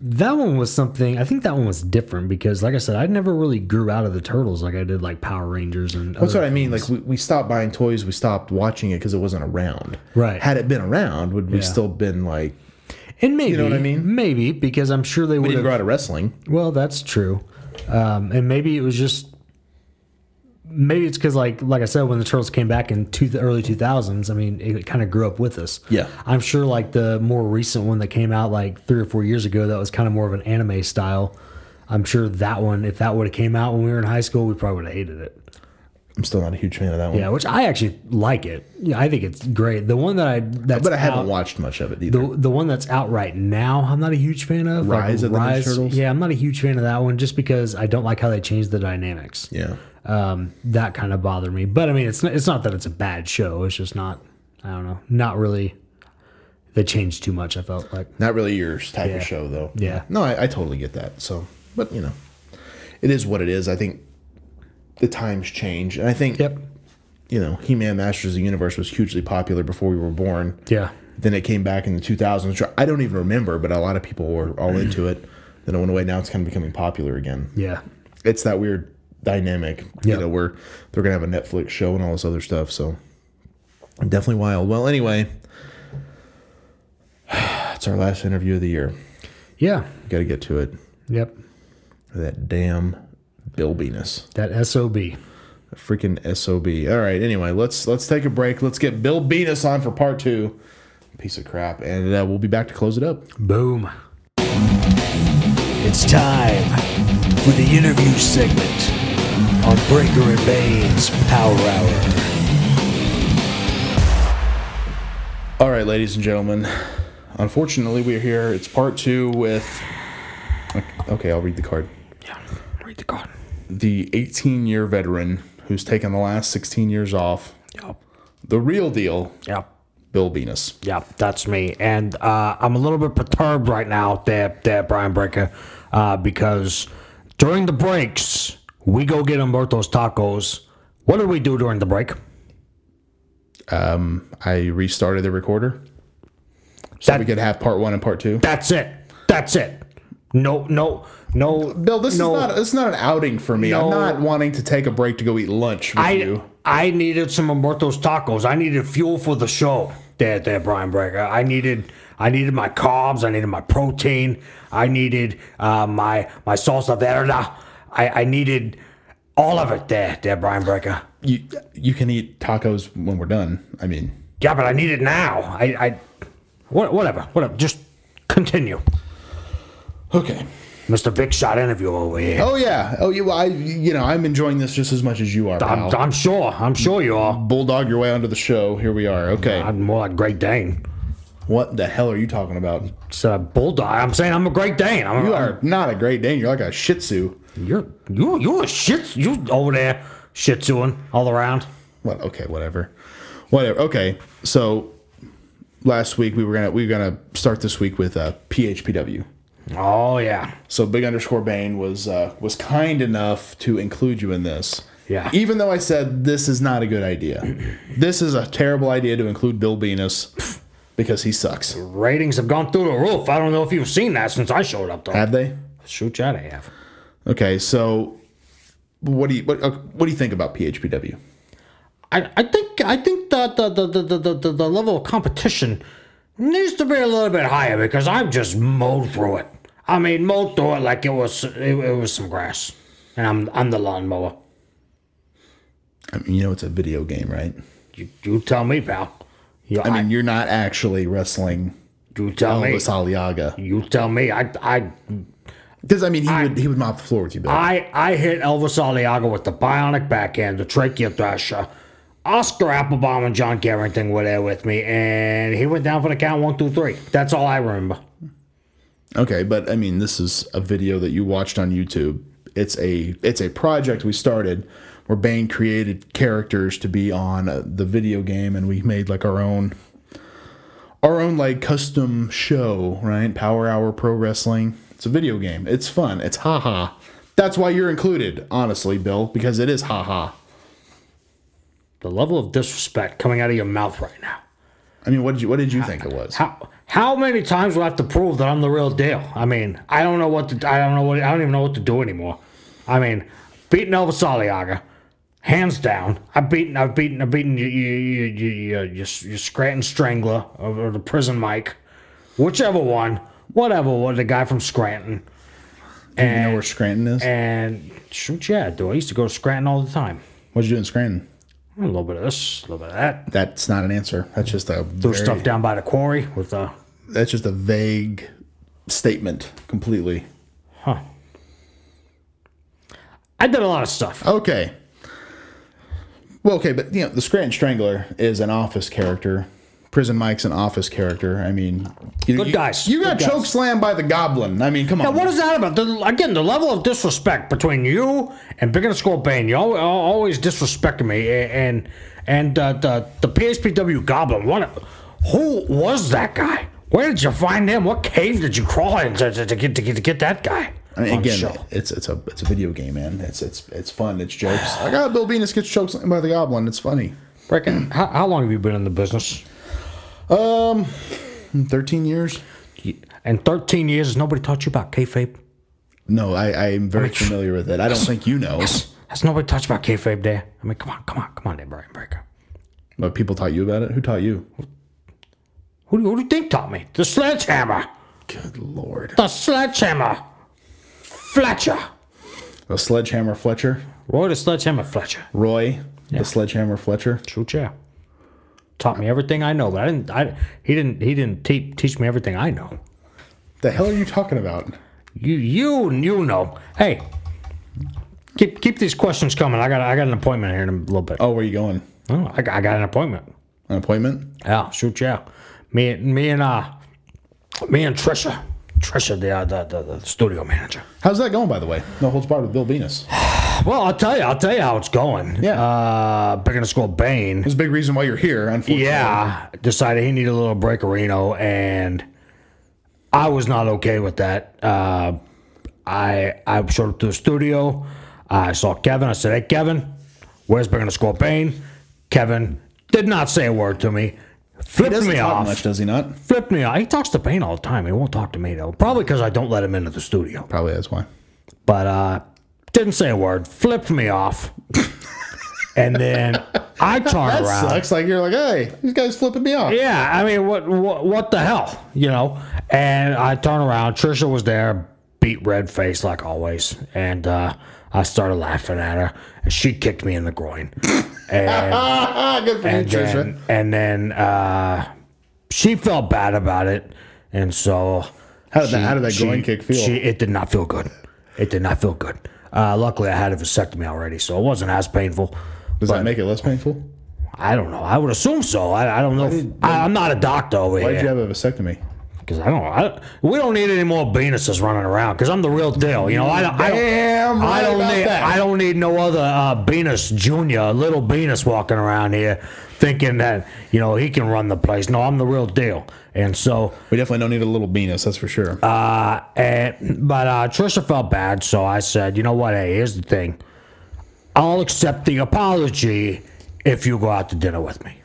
S3: that one was something. I think that one was different because, like I said, I never really grew out of the turtles like I did like Power Rangers and.
S2: That's
S3: other
S2: what I mean.
S3: things.
S2: Like we, we stopped buying toys, we stopped watching it because it wasn't around.
S3: Right.
S2: Had it been around, would we
S3: Yeah.
S2: still been like
S3: and maybe you
S2: know what I mean?
S3: Maybe because I'm sure they
S2: we
S3: would
S2: didn't
S3: have
S2: grow out of wrestling?
S3: Well, that's true, um, and maybe it was just maybe it's because like like I said, when the turtles came back in two, the early two thousands, I mean, it kind of grew up with us.
S2: Yeah.
S3: I'm sure like the more recent one that came out like three or four years ago, that was kind of more of an anime style. I'm sure that one, if that would have came out when we were in high school, we probably would have hated it.
S2: I'm still not a huge fan of that one.
S3: Yeah, which I actually like it. Yeah, I think it's great. The one that I that's
S2: But I haven't
S3: out-
S2: watched much of it either.
S3: the the one that's out right now, I'm not a huge fan of.
S2: Rise of the Ninja Turtles?
S3: Yeah, I'm not a huge fan of that one just because I don't like how they changed the dynamics.
S2: yeah.
S3: Um, that kind of bothered me. But I mean, it's not, it's not that it's a bad show. It's just not. I don't know. Not really. They changed too much. I felt like.
S2: Not really your type
S3: Yeah.
S2: of show though.
S3: Yeah.
S2: No, I, I totally get that. So but you know. It is what it is. I think the times change. And I think
S3: Yep.
S2: you know, He Man Masters of the Universe was hugely popular before we were born.
S3: Yeah.
S2: Then it came back in the 2000s. I don't even remember, but a lot of people were all into it. Then it went away. Now it's kind of becoming popular again.
S3: Yeah.
S2: It's that weird dynamic,
S3: Yeah.
S2: you know, where they're going to have a Netflix show and all this other stuff. So definitely wild. Well, anyway, it's our last interview of the year.
S3: Yeah.
S2: We got to get to it.
S3: Yep.
S2: That damn bilbiness.
S3: That sob.
S2: Freaking SOB. All right. Anyway, let's let's take a break. Let's get Bill Venus on for part two. Piece of crap. And uh, we'll be back to close it up.
S3: Boom.
S5: It's time for the interview segment on Breaker and Bane's Power Hour.
S2: All right, ladies and gentlemen. Unfortunately, we're here. It's part two with. Okay, I'll read the card.
S3: Read the card.
S2: The 18 year veteran who's taken the last 16 years off.
S3: Yep.
S2: The real deal,
S3: Yep.
S2: Bill Venus.
S3: Yeah, that's me. And uh, I'm a little bit perturbed right now, there, there, Brian Breaker, uh, because during the breaks, we go get Umberto's tacos. What did we do during the break?
S2: I restarted the recorder so
S3: That-
S2: we could have part one and part two.
S3: That's it. That's it. No, no, no.
S2: Bill, this
S3: no,
S2: is not this is not an outing for me. I'm
S3: No.
S2: not wanting to take a break to go eat lunch with
S3: I,
S2: you.
S3: I needed some Umberto's tacos. I needed fuel for the show. There, there, Brian Breaker. I needed, I needed my carbs. I needed my protein. I needed uh, my my salsa verde. I, I needed all of it. There, there, Brian Breaker.
S2: You you can eat tacos when we're done. I mean,
S3: Yeah, but I need it now. I, I, what, whatever, whatever. Just continue,
S2: okay.
S3: Mister Big Shot interview over here.
S2: Oh yeah. Oh you. Well, I you know I'm enjoying this just as much as you are.
S3: I'm,
S2: pal.
S3: I'm sure. I'm sure you are.
S2: Bulldog your way onto the show. Here we are. Okay.
S3: I'm more like Great Dane.
S2: What the hell are you talking about?
S3: It's a bulldog. I'm saying I'm a Great Dane. I'm,
S2: You are not a Great Dane. You're like a Shih Tzu.
S3: You're you you a shit you over there shit suing all around.
S2: What? Okay. Whatever. Whatever. Okay. So last week we were gonna we were gonna start this week with uh, PHPW.
S3: Oh yeah.
S2: So big underscore Bane was uh, was kind enough to include you in this.
S3: Yeah.
S2: Even though I said this is not a good idea, this is a terrible idea to include Bill Venus because he sucks.
S3: Ratings have gone through the roof. I don't know if you've seen that since I showed up though.
S2: Have they?
S3: Shoot you out, I have.
S2: Okay, so what do you what, uh, what do you think about PHPW?
S3: I, I think I think that the the, the, the, the the level of competition needs to be a little bit higher because I've just mowed through it. I mean, mowed through it like it was it, it was some grass, and I'm I'm the lawnmower.
S2: I mean, you know it's a video game, right?
S3: You, you tell me, pal. You,
S2: I mean, you're not actually wrestling
S3: you tell me.
S2: Elvis Aliaga
S3: You tell me. I I
S2: because I mean he would he would mop the floor with you, Bill.
S3: I I hit Elvis Aliaga with the bionic backhand, the trachea thrasher. Oscar Applebaum and John Garrington were there with me, and he went down for the count one, two, three. That's all I remember.
S2: Okay, but I mean, this is a video that you watched on YouTube. It's a it's a project we started where Bane created characters to be on uh, the video game, and we made like our own our own like custom show, right? Power Hour Pro Wrestling. It's a video game. It's fun. It's haha. That's why you're included, honestly, Bill, because it is haha.
S3: the level of disrespect coming out of your mouth right now.
S2: I mean, what did you what did you think it was?
S3: How how many times will I have to prove that I'm the real deal? I mean, I don't know what to, I don't know what I don't even know what to do anymore. I mean, beating Elvis Aliaga, hands down. I've beaten I've beaten I've beaten you you you you, you, you, you Scranton Strangler or, or the Prison Mike, whichever one, whatever. What the guy from Scranton.
S2: you know
S3: And,
S2: where Scranton is?
S3: eh. and shoot, yeah, dude. I used to go to Scranton all the time.
S2: What'd you do in Scranton?
S3: A little bit of this, a little bit of that.
S2: That's not an answer. That's just a
S3: Threw
S2: very-
S3: stuff down by the quarry with uh, the
S2: that's just a vague statement completely.
S3: I did a lot of stuff.
S2: Okay. Well, okay, but you know, the Scranton Strangler is an office character. Prison Mike's an office character. I mean, you,
S3: Good
S2: you-
S3: guys.
S2: You got
S3: Good guys.
S2: choke slammed by the Goblin. I mean, come
S3: Now,
S2: on.
S3: what is that about? The, again, the level of disrespect between you and Big and Skull Bane. You al- al- always disrespecting me, a- and and uh, the the PSPW Goblin. What? Who was that guy? Where did you find him? What cave did you crawl in to, to, to get, to get to get that guy?
S2: I mean,
S3: on the
S2: again, uh,
S3: show?
S2: it's it's a it's a video game, man. It's it's it's fun. It's jokes. I got Bill Venus gets choke slammed by the Goblin. It's funny.
S3: Brecken, how, how long have you been in the business?
S2: Thirteen years.
S3: In 13 years, has nobody taught you about kayfabe?
S2: No, I I'm very familiar with it. I don't think you know,
S3: Has nobody taught you about kayfabe there? I mean, come on, come on, come on, there, Brian Breaker.
S2: but people taught you about it. Who taught you?
S3: Who, do- who do you think taught me? The sledgehammer.
S2: Good lord.
S3: The sledgehammer. Fletcher.
S2: The Sledgehammer Fletcher,
S3: Roy the sledgehammer Fletcher.
S2: Roy. The Sledgehammer Fletcher.
S3: True chair. Taught me everything I know, but I didn't. I he didn't. He didn't te- teach me everything I know.
S2: The hell are you talking about?
S3: You you you know. Hey, keep keep these questions coming. I got I got an appointment here in a little bit.
S2: Oh, where you going?
S3: Oh, I, got- I got an appointment.
S2: An appointment?
S3: Yeah, shoot yeah. Me and me and uh, me and Trisha, Trisha the uh, the, the the studio manager.
S2: How's that going, by the way? No holds barred with Bill Venus.
S3: Well, I'll tell you, I'll tell you how it's going.
S2: Yeah.
S3: Uh, picking a school, Bane.
S2: There's a big reason why you're here, unfortunately.
S3: Yeah, decided he needed a little break, Reno, and I was not okay with that. Uh, I I showed up to the studio. I saw Kevin. I said, "Hey, Kevin, where's Big and the Scorpion?" Kevin did not say a word to me.
S2: He
S3: Flipped
S2: doesn't
S3: me
S2: talk
S3: off.
S2: much, does he not?
S3: Flipped me off. He talks to Bane all the time. He won't talk to me though. Probably because I don't let him into the studio.
S2: Probably that's why.
S3: But uh, didn't say a word. Flipped me off. and then I turned
S2: That
S3: around.
S2: sucks. Like you're like, hey, these guys flipping me off.
S3: Yeah, I mean, what, what what the hell, you know? And I turn around, Trisha was there, beat red face like always, and uh, I started laughing at her, and she kicked me in the groin, and,
S2: Ah, good for
S3: and
S2: you, Trisha.
S3: then and then uh, she felt bad about it, and so
S2: how did that, how did that groin kick feel?
S3: She, it did not feel good. It did not feel good. Uh, luckily, I had a vasectomy already, so it wasn't as painful.
S2: does that make it less painful?
S3: I don't know. I would assume so. I, I don't know. if- I, I'm not a doctor over
S2: Why
S3: here.
S2: did you have a vasectomy?
S3: Because I don't, I, we don't need any more Venuses running around. Because I'm the real deal, you know. I don't, I don't,
S2: Damn right
S3: I don't
S2: about
S3: need,
S2: that.
S3: I don't need no other uh, Venus Junior, little Venus walking around here. thinking that you know he can run the place. No, I'm the real deal. And so,
S2: We definitely don't need a little Venus, that's for sure.
S3: Uh, and, but uh, Trisha felt bad, so I said, you know what? Hey, here's the thing. I'll accept the apology if you go out to dinner with me.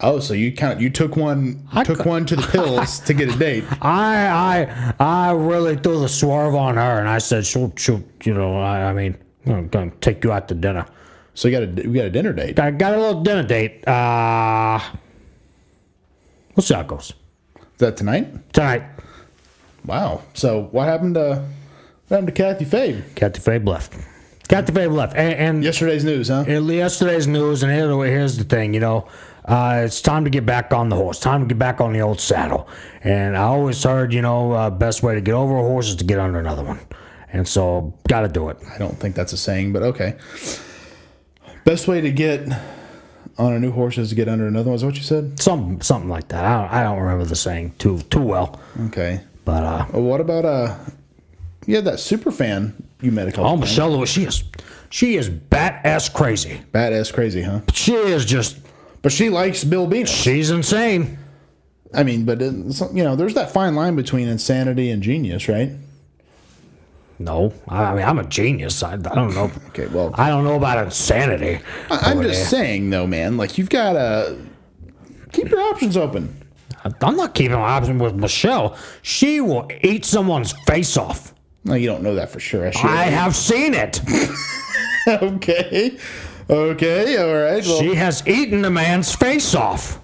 S2: oh, so you count you took one took one to the pills to get a date.
S3: I I I really threw the swerve on her, and I said, she'll, she'll, you know, I, I mean, I'm gonna take you out to dinner.
S2: So you got a we got a dinner date.
S3: I got a little dinner date. Uh, we'll see how it goes
S2: Is that tonight?
S3: tonight.
S2: Wow. So what happened to what happened to Kathy Fabe?
S3: Kathy Fabe left. Kathy Fabe left, and, and
S2: Yesterday's news, huh?
S3: in yesterday's news, and here- here's the thing, you know, uh, it's time to get back on the horse. Time to get back on the old saddle. And I always heard, you know, uh, best way to get over a horse is to get under another one. And so, got to do it.
S2: I don't think that's a saying, but okay. Best way to get on a new horse is to get under another one. Is that what you said?
S3: Some something like that. I don't, I don't remember the saying too too well,
S2: Okay.
S3: but uh,
S2: Well, what about uh? You had that super fan you met a couple.
S3: oh,
S2: times.
S3: Michelle Lewis, she is she is bat ass crazy.
S2: Badass crazy, huh?
S3: She is just
S2: But she likes Bill Venus.
S3: she's insane.
S2: I mean, but it's, you know, there's that fine line between insanity and genius, right?
S3: No, I, I mean I'm a genius. I, I don't know.
S2: Okay, well-
S3: I don't know about insanity.
S2: I, I'm
S3: over
S2: just saying, though, man. Like you've got to keep your options open.
S3: there. I'm not keeping my option with Michelle. She will eat someone's face off.
S2: No, you don't know that for sure. I should.
S3: I have seen it.
S2: okay. Okay. All right. Well,
S3: She has eaten a man's face off.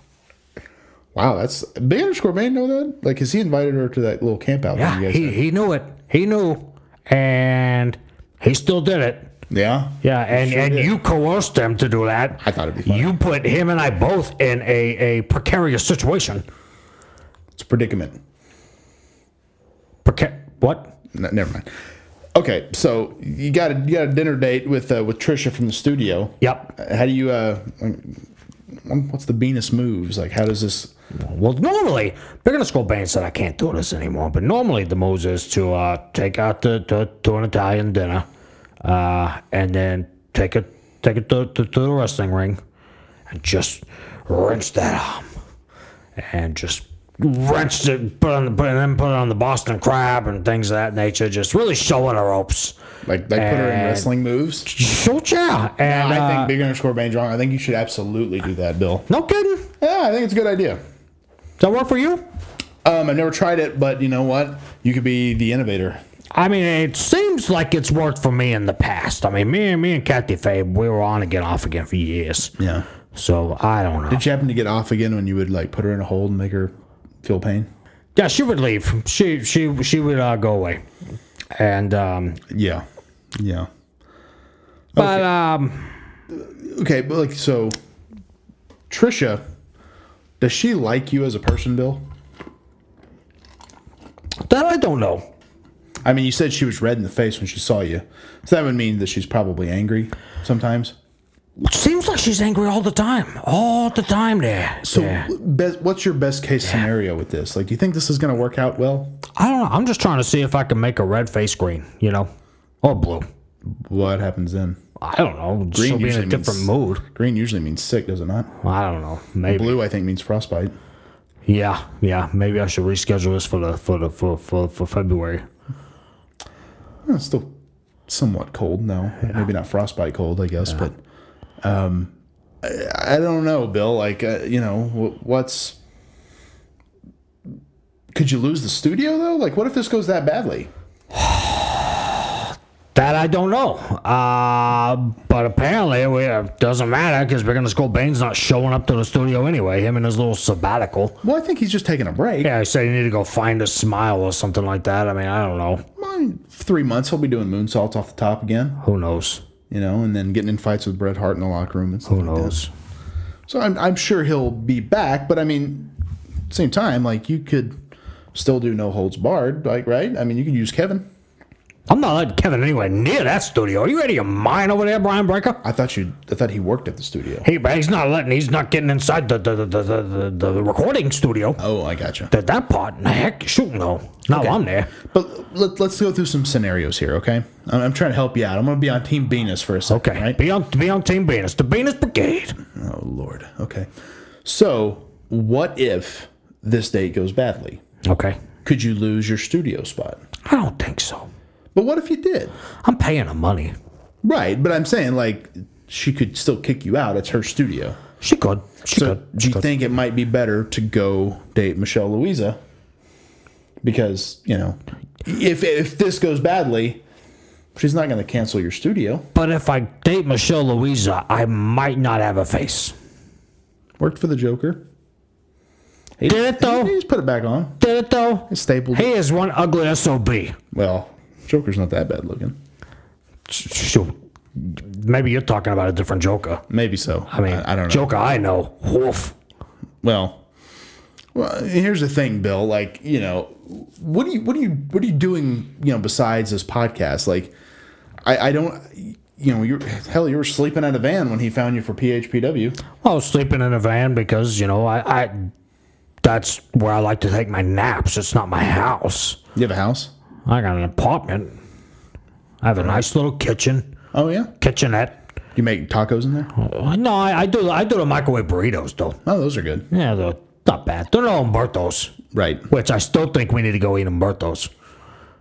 S2: wow, that's big underscore man. Know that? Like, has he invited her to that little camp out?
S3: Yeah,
S2: thing you guys
S3: he,
S2: had?
S3: he knew it. He knew, and he still did it.
S2: yeah.
S3: Yeah, and, and
S2: did.
S3: you coerced him to do that.
S2: I thought it'd be funny.
S3: You put him and I both in a, a precarious situation.
S2: It's a predicament.
S3: Preca- what?
S2: No, never mind. Okay, so you got a you got a dinner date with uh, with Trisha from the studio.
S3: Yep.
S2: How do you uh, um, what's the Venus moves like? How does this?
S3: Well, normally, Big and Skull Band said I can't do this anymore, but normally the moves is to uh, take out to, to, to an Italian dinner uh, and then take it, take it to, to, to the wrestling ring and just wrench that arm and just wrenched it, put on the, put, and then put it on the Boston Crab and things of that nature, just really showing the ropes.
S2: Like they put her in
S3: And-
S2: wrestling moves.
S3: So yeah, and
S2: I
S3: uh,
S2: think big underscore Bane's wrong. I think you should absolutely do that, Bill.
S3: no kidding. Does
S2: Yeah, I think it's a good idea.
S3: that work for you?
S2: Um, I've never tried it, but you know what? You could be the innovator.
S3: I mean, it seems like it's worked for me in the past. I mean, me and me and Kathy Fabe, we were on again, off again for years.
S2: Yeah.
S3: So I don't know.
S2: Did you happen to get off again when you would like put her in a hold and make her feel pain?
S3: yeah, she would leave. She she she would uh, go away, and um,
S2: Yeah. Yeah.
S3: but um,
S2: Okay, but like so Trisha, does she like you as a person, Bill?
S3: that I don't know.
S2: I mean, you said she was red in the face when she saw you. So that would mean that she's probably angry sometimes.
S3: Seems like she's angry all the time, all the time there.
S2: So,
S3: Yeah.
S2: best, what's your best case scenario with this? Like, do you think this is going to work out well?
S3: I don't know. I'm just trying to see if I can make a red face green, you know, or blue.
S2: What happens then?
S3: I don't know. Green She'll be in a
S2: usually means-
S3: different mood.
S2: Green usually means sick, does it not?
S3: I don't know. Maybe.
S2: Blue, I think, means frostbite.
S3: Yeah, yeah. Maybe I should reschedule this for the for the for for, for February.
S2: Well, It's still somewhat cold now. Maybe not frostbite cold, I guess, but um, I, I don't know, Bill. Like, uh, you know, wh- what's. Could you lose the studio, though? Like, what if this goes that badly?
S3: That I don't know. Uh, but apparently we, it doesn't matter because we're gonna school. Bane's not showing up to the studio anyway. Him and his little sabbatical.
S2: Well, I think he's just taking a break.
S3: Yeah, I said you need to go find a smile or something like that. I mean, I don't know.
S2: Mine, three months, he'll be doing moonsaults off the top again.
S3: Who knows?
S2: you know, and then getting in fights with Bret Hart in the locker room and stuff
S3: Who
S2: like that.
S3: knows?
S2: So I'm, I'm sure he'll be back, but I mean, same time, like you could still do no holds barred, like right? I mean, you could use Kevin.
S3: I'm not letting Kevin anywhere near that studio. Are you out of your mind over there, Brian Breaker?
S2: I thought you. I thought he worked at the studio.
S3: He, he's not letting. He's not getting inside the the, the, the, the, the recording studio.
S2: Oh, I gotcha.
S3: That that part, heck, shooting though. Now I'm there.
S2: But let, let's go through some scenarios here, okay? I'm, I'm trying to help you out. I'm going to be on Team Venus for a second,
S3: Okay,
S2: right?
S3: be on be on Team Venus, the Venus Brigade.
S2: Oh Lord. Okay. So, what if this date goes badly?
S3: Okay,
S2: Could you lose your studio spot?
S3: I don't think so.
S2: But what if you did?
S3: I'm paying her money.
S2: Right. But I'm saying like she could still kick you out. It's her studio.
S3: She could. She
S2: So,
S3: could.
S2: do
S3: She
S2: you
S3: could.
S2: think it might be better to go date Michelle Louisa? Because you know, if if this goes badly, she's not going to cancel your studio.
S3: But if I date Michelle Louisa, I might not have a face.
S2: Worked for the Joker. He,
S3: Did it, though?
S2: He just put it back on.
S3: Did it though?
S2: It's stapled.
S3: He is one ugly sob.
S2: Well, Joker's not that bad looking.
S3: Shoot. Maybe you're talking about a different Joker.
S2: Maybe so.
S3: I mean,
S2: I, don't know.
S3: Joker I know. Woof.
S2: Well, well, here's the thing, Bill. Like, you know, what do you, what do you, what are you doing? You know, besides this podcast, like, I, I don't, you know, you're hell, you were sleeping in a van when he found you for PHPW.
S3: I was sleeping in a van because you know I, I that's where I like to take my naps. It's not my house.
S2: You have a house?
S3: I got an apartment. I have a nice little kitchen,
S2: Oh yeah,
S3: kitchenette.
S2: you make tacos in there?
S3: Uh, No, I, I do. I do the microwave burritos though.
S2: Oh, those are good.
S3: Yeah, they're not bad. They're not Umbertos,
S2: Right.
S3: which I still think we need to go eat Umbertos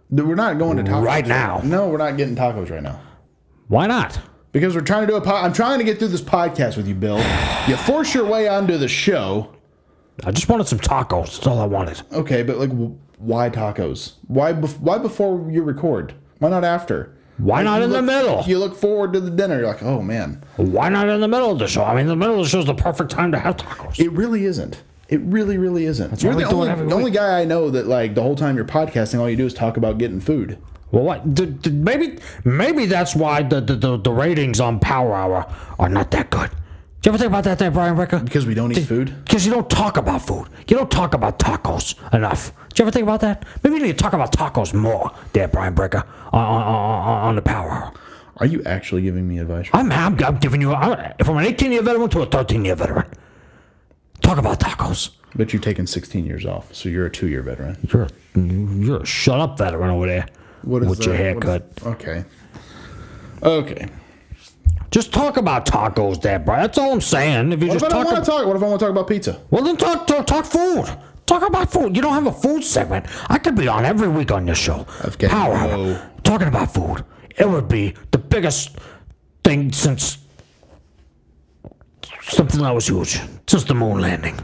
S2: We're not going to tacos
S3: right now.
S2: No, we're not getting tacos right now.
S3: Why not?
S2: Because we're trying to do a po- I'm trying to get through this podcast with you, Bill. You force your way onto the show.
S3: I just wanted some tacos. That's all I wanted.
S2: Okay, but like, w- why tacos? Why bef- why before you record? Why not after?
S3: Why not in the middle?
S2: You look forward to the dinner. You're like, oh man,
S3: Why not in the middle of the show? I mean, the middle of the show is the perfect time to have tacos.
S2: it really isn't. It really, really isn't. you're
S3: why we
S2: the
S3: do it
S2: only,
S3: every
S2: the only guy I know that like the whole time you're podcasting, all you do is talk about getting food.
S3: Well, what? D- d- maybe, maybe that's why the, the, the, the ratings on Power Hour are not that good. Do you ever think about that, there, Brian Ricker?
S2: Because we don't eat food?
S3: Because you don't talk about food. You don't talk about tacos enough. Do you ever think about that? Maybe you need to talk about tacos more, there, Brian Brecker, on, on, on, on the Power Hour.
S2: Are you actually giving me advice?
S3: I'm, I'm, I'm giving you, I'm, from an 18 year veteran to a 13 year veteran, talk about tacos.
S2: But you've taken 16 years off, so you're a two-year veteran.
S3: You're, you're a shut up veteran over there with your haircut.
S2: okay. Okay.
S3: Just talk about tacos, there, bro. That's all I'm saying. If you
S2: What if I don't
S3: just talk,
S2: want to
S3: about,
S2: talk? What if I want to talk about pizza?
S3: well, then talk, talk, talk food. Talk about food. You don't have a food segment. I could be on every week on your show.
S2: Okay,
S3: Power Hour,
S2: no.
S3: talking about food. It would be the biggest thing since something that was huge since the moon landing.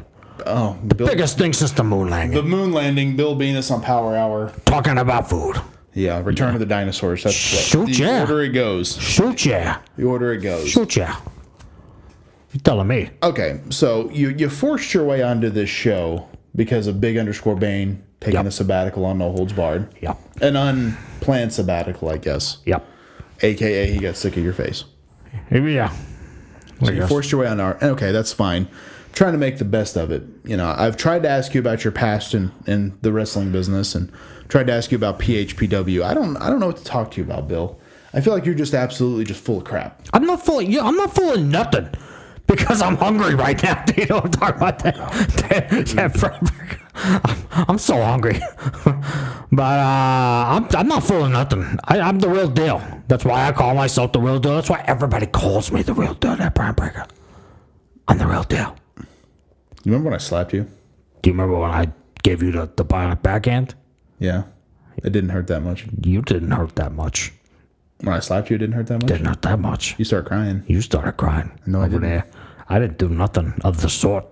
S2: Oh, Bill,
S3: Biggest thing since the moon landing.
S2: the moon landing, Bill Venus on Power Hour.
S3: talking about food.
S2: Yeah, Return of the Dinosaurs. That's
S3: Shoot,
S2: the
S3: yeah.
S2: order it goes.
S3: Shoot ya.
S2: The order it goes.
S3: Shoot ya. You telling me?
S2: Okay, so you you forced your way onto this show because of Big Underscore Bane taking
S3: Yep.
S2: a sabbatical on No Holds Barred.
S3: Yep.
S2: An unplanned sabbatical, I guess.
S3: Yep.
S2: AKA he got sick of your face.
S3: Yeah.
S2: So you forced your way on our. Okay, that's fine. Trying to make the best of it. You know, I've tried to ask you about your past in, in the wrestling business, and tried to ask you about PHPW. I don't. I don't know what to talk to you about, Bill. I feel like you're just absolutely just full of crap.
S3: I'm not full. Of, yeah, I'm not full of nothing because I'm hungry right now. Do you know what I'm talking about? That, that, that Freiburg. I'm, I'm so hungry, but uh, I'm I'm not full of nothing. I, I'm the real deal. That's why I call myself the real deal. That's why everybody calls me the real deal. That Brian Breaker. I'm the real deal.
S2: You remember when I slapped you?
S3: Do you remember when I gave you the the bionic backhand?
S2: Yeah, it didn't hurt that much.
S3: You didn't hurt that much.
S2: When I slapped you, it didn't hurt that much.
S3: Didn't hurt that much.
S2: You start crying.
S3: You started crying
S2: No, I
S3: over
S2: didn't.
S3: there. I didn't do nothing of the sort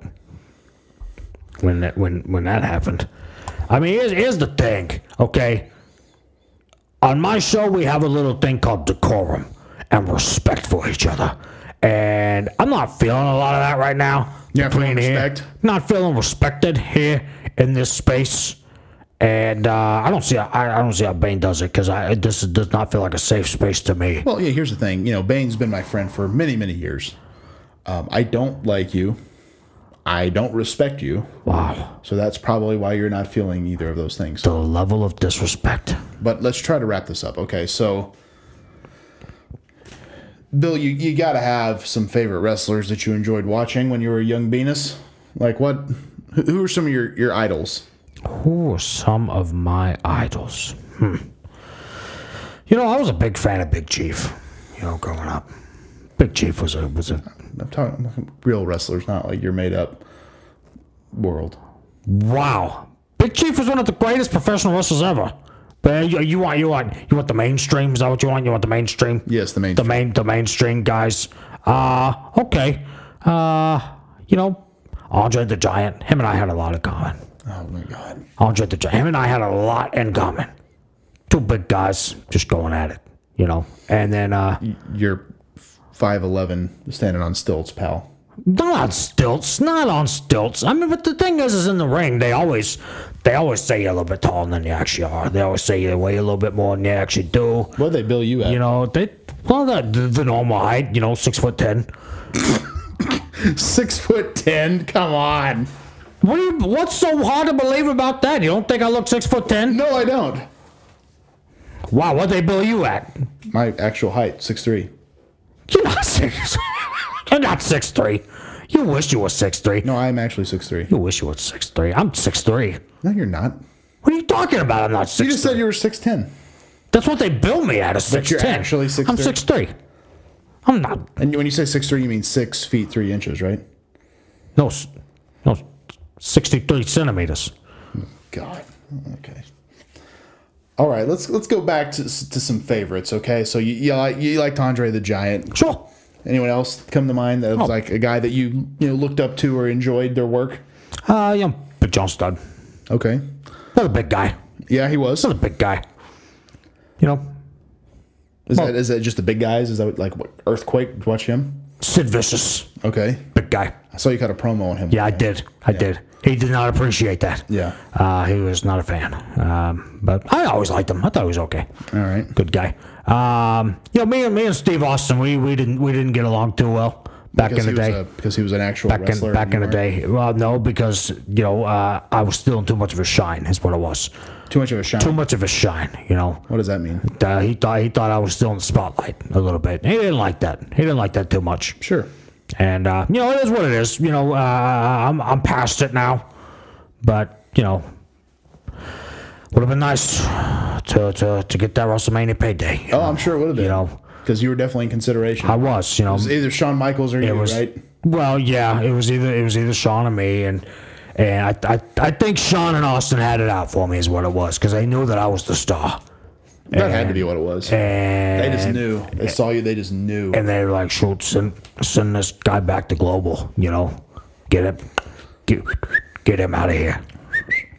S3: when that when when that happened. I mean, here's, here's the thing, okay? On my show, we have a little thing called decorum and respect for each other. And I'm not feeling a lot of that right now.
S2: You're not feeling
S3: Between here-
S2: respect?
S3: Not feeling respected here in this space. And uh, I don't see how, I, I don't see how Bane does it because I this does not feel like a safe space to me.
S2: Well, yeah. Here's the thing. You know, Bane's been my friend for many, many years. Um, I don't like you. I don't respect you.
S3: Wow.
S2: So that's probably why you're not feeling either of those things.
S3: the level of disrespect.
S2: But let's try to wrap this up. Okay, so Bill, you, you got to have some favorite wrestlers that you enjoyed watching when you were a young Venus. Like what? who- Who are some of your, your idols?
S3: Who are some of my idols? Hmm. You know, I was a big fan of Big Chief. You know, growing up, Big Chief was a was a
S2: I'm talking I'm talking real wrestlers, not like your made up world.
S3: wow. Big Chief was one of the greatest professional wrestlers ever. But you, you want you want you want the mainstream? Is that what you want? You want the mainstream?
S2: Yes, the main.
S3: the main the mainstream guys. Uh okay. Uh you know, Andre the Giant, him and I had a lot in common.
S2: oh my god.
S3: Andre the Giant, him and I had a lot in common. Two big guys just going at it, you know. And then uh
S2: You're 5'11 standing on stilts, pal.
S3: they're not stilts, not on stilts. I mean, but the thing is, is in the ring they always, they always say you're a little bit taller than you actually are. They always say you weigh a little bit more than you actually do.
S2: What they bill you at?
S3: You know, they well the, the normal height, you know, six foot ten.
S2: Six foot ten. Come on.
S3: What do you, what's so hard to believe about that? You don't think I look six foot ten?
S2: No, I don't.
S3: Wow, what they bill you at?
S2: My actual height, six three.
S3: You're not six. you're not six three. You wish you were six three.
S2: No, I am actually six three.
S3: You wish you were six three. I'm six three.
S2: No, you're not.
S3: What are you talking about? I'm not
S2: You
S3: six.
S2: just said you were six ten,
S3: That's what they bill me at. Is six
S2: But you're
S3: ten.
S2: actually
S3: I'm
S2: 6'3".
S3: six three. I'm not.
S2: and when you say six three, you mean six feet three inches, right?
S3: No, s- no, sixty three centimeters.
S2: God. Okay. All right, let's let's go back to, to some favorites. Okay, so you you, like, you liked Andre the Giant.
S3: Sure.
S2: Anyone else come to mind
S3: Oh.
S2: that was like a guy that you you know looked up to or enjoyed their work?
S3: Uh, yeah, big John Studd.
S2: Okay.
S3: Another big guy.
S2: Yeah, he was.
S3: Another big guy. You know,
S2: Is
S3: Oh.
S2: that is that just the big guys? Is that what, like what, earthquake? Did you Watch him.
S3: Sid Vicious.
S2: Okay.
S3: Big guy.
S2: I saw you cut a promo on him.
S3: Yeah, I did. I did. He did not appreciate that.
S2: Yeah.
S3: Uh, he was not a fan. Um, but I always liked him. I thought he was okay.
S2: All right.
S3: Good guy. Um, you know, me and me and Steve Austin, we, we didn't we didn't get along too well back
S2: Because
S3: in the
S2: he was
S3: day.
S2: a- because he was an actual
S3: back
S2: wrestler.
S3: in back
S2: and
S3: in
S2: you
S3: the day. Well, no, because you know uh, I was still in too much of a shine. Is what it was.
S2: weren't. Too much of a shine.
S3: Too much of a shine. You know.
S2: What does that mean?
S3: Uh, he thought he thought I was still in the spotlight a little bit. He didn't like that. He didn't like that too much.
S2: Sure.
S3: And uh, you know, it is what it is. You know, uh, I'm I'm past it now, but you know, would have been nice to, to to get that WrestleMania payday.
S2: Oh, I'm sure it would have been.
S3: You know,
S2: because you were definitely in consideration.
S3: I was. You know,
S2: It was either Shawn Michaels or you,
S3: it was
S2: right?
S3: well, yeah, it was either it was either Sean or me, and and I I, I think Sean and Austin had it out for me is what it was because they knew that I was the star.
S2: That had to be what it was.
S3: And
S2: They just knew. They saw you. They just knew.
S3: and they're like, shoot, send send this guy back to global, you know, get him, get, get him out of here.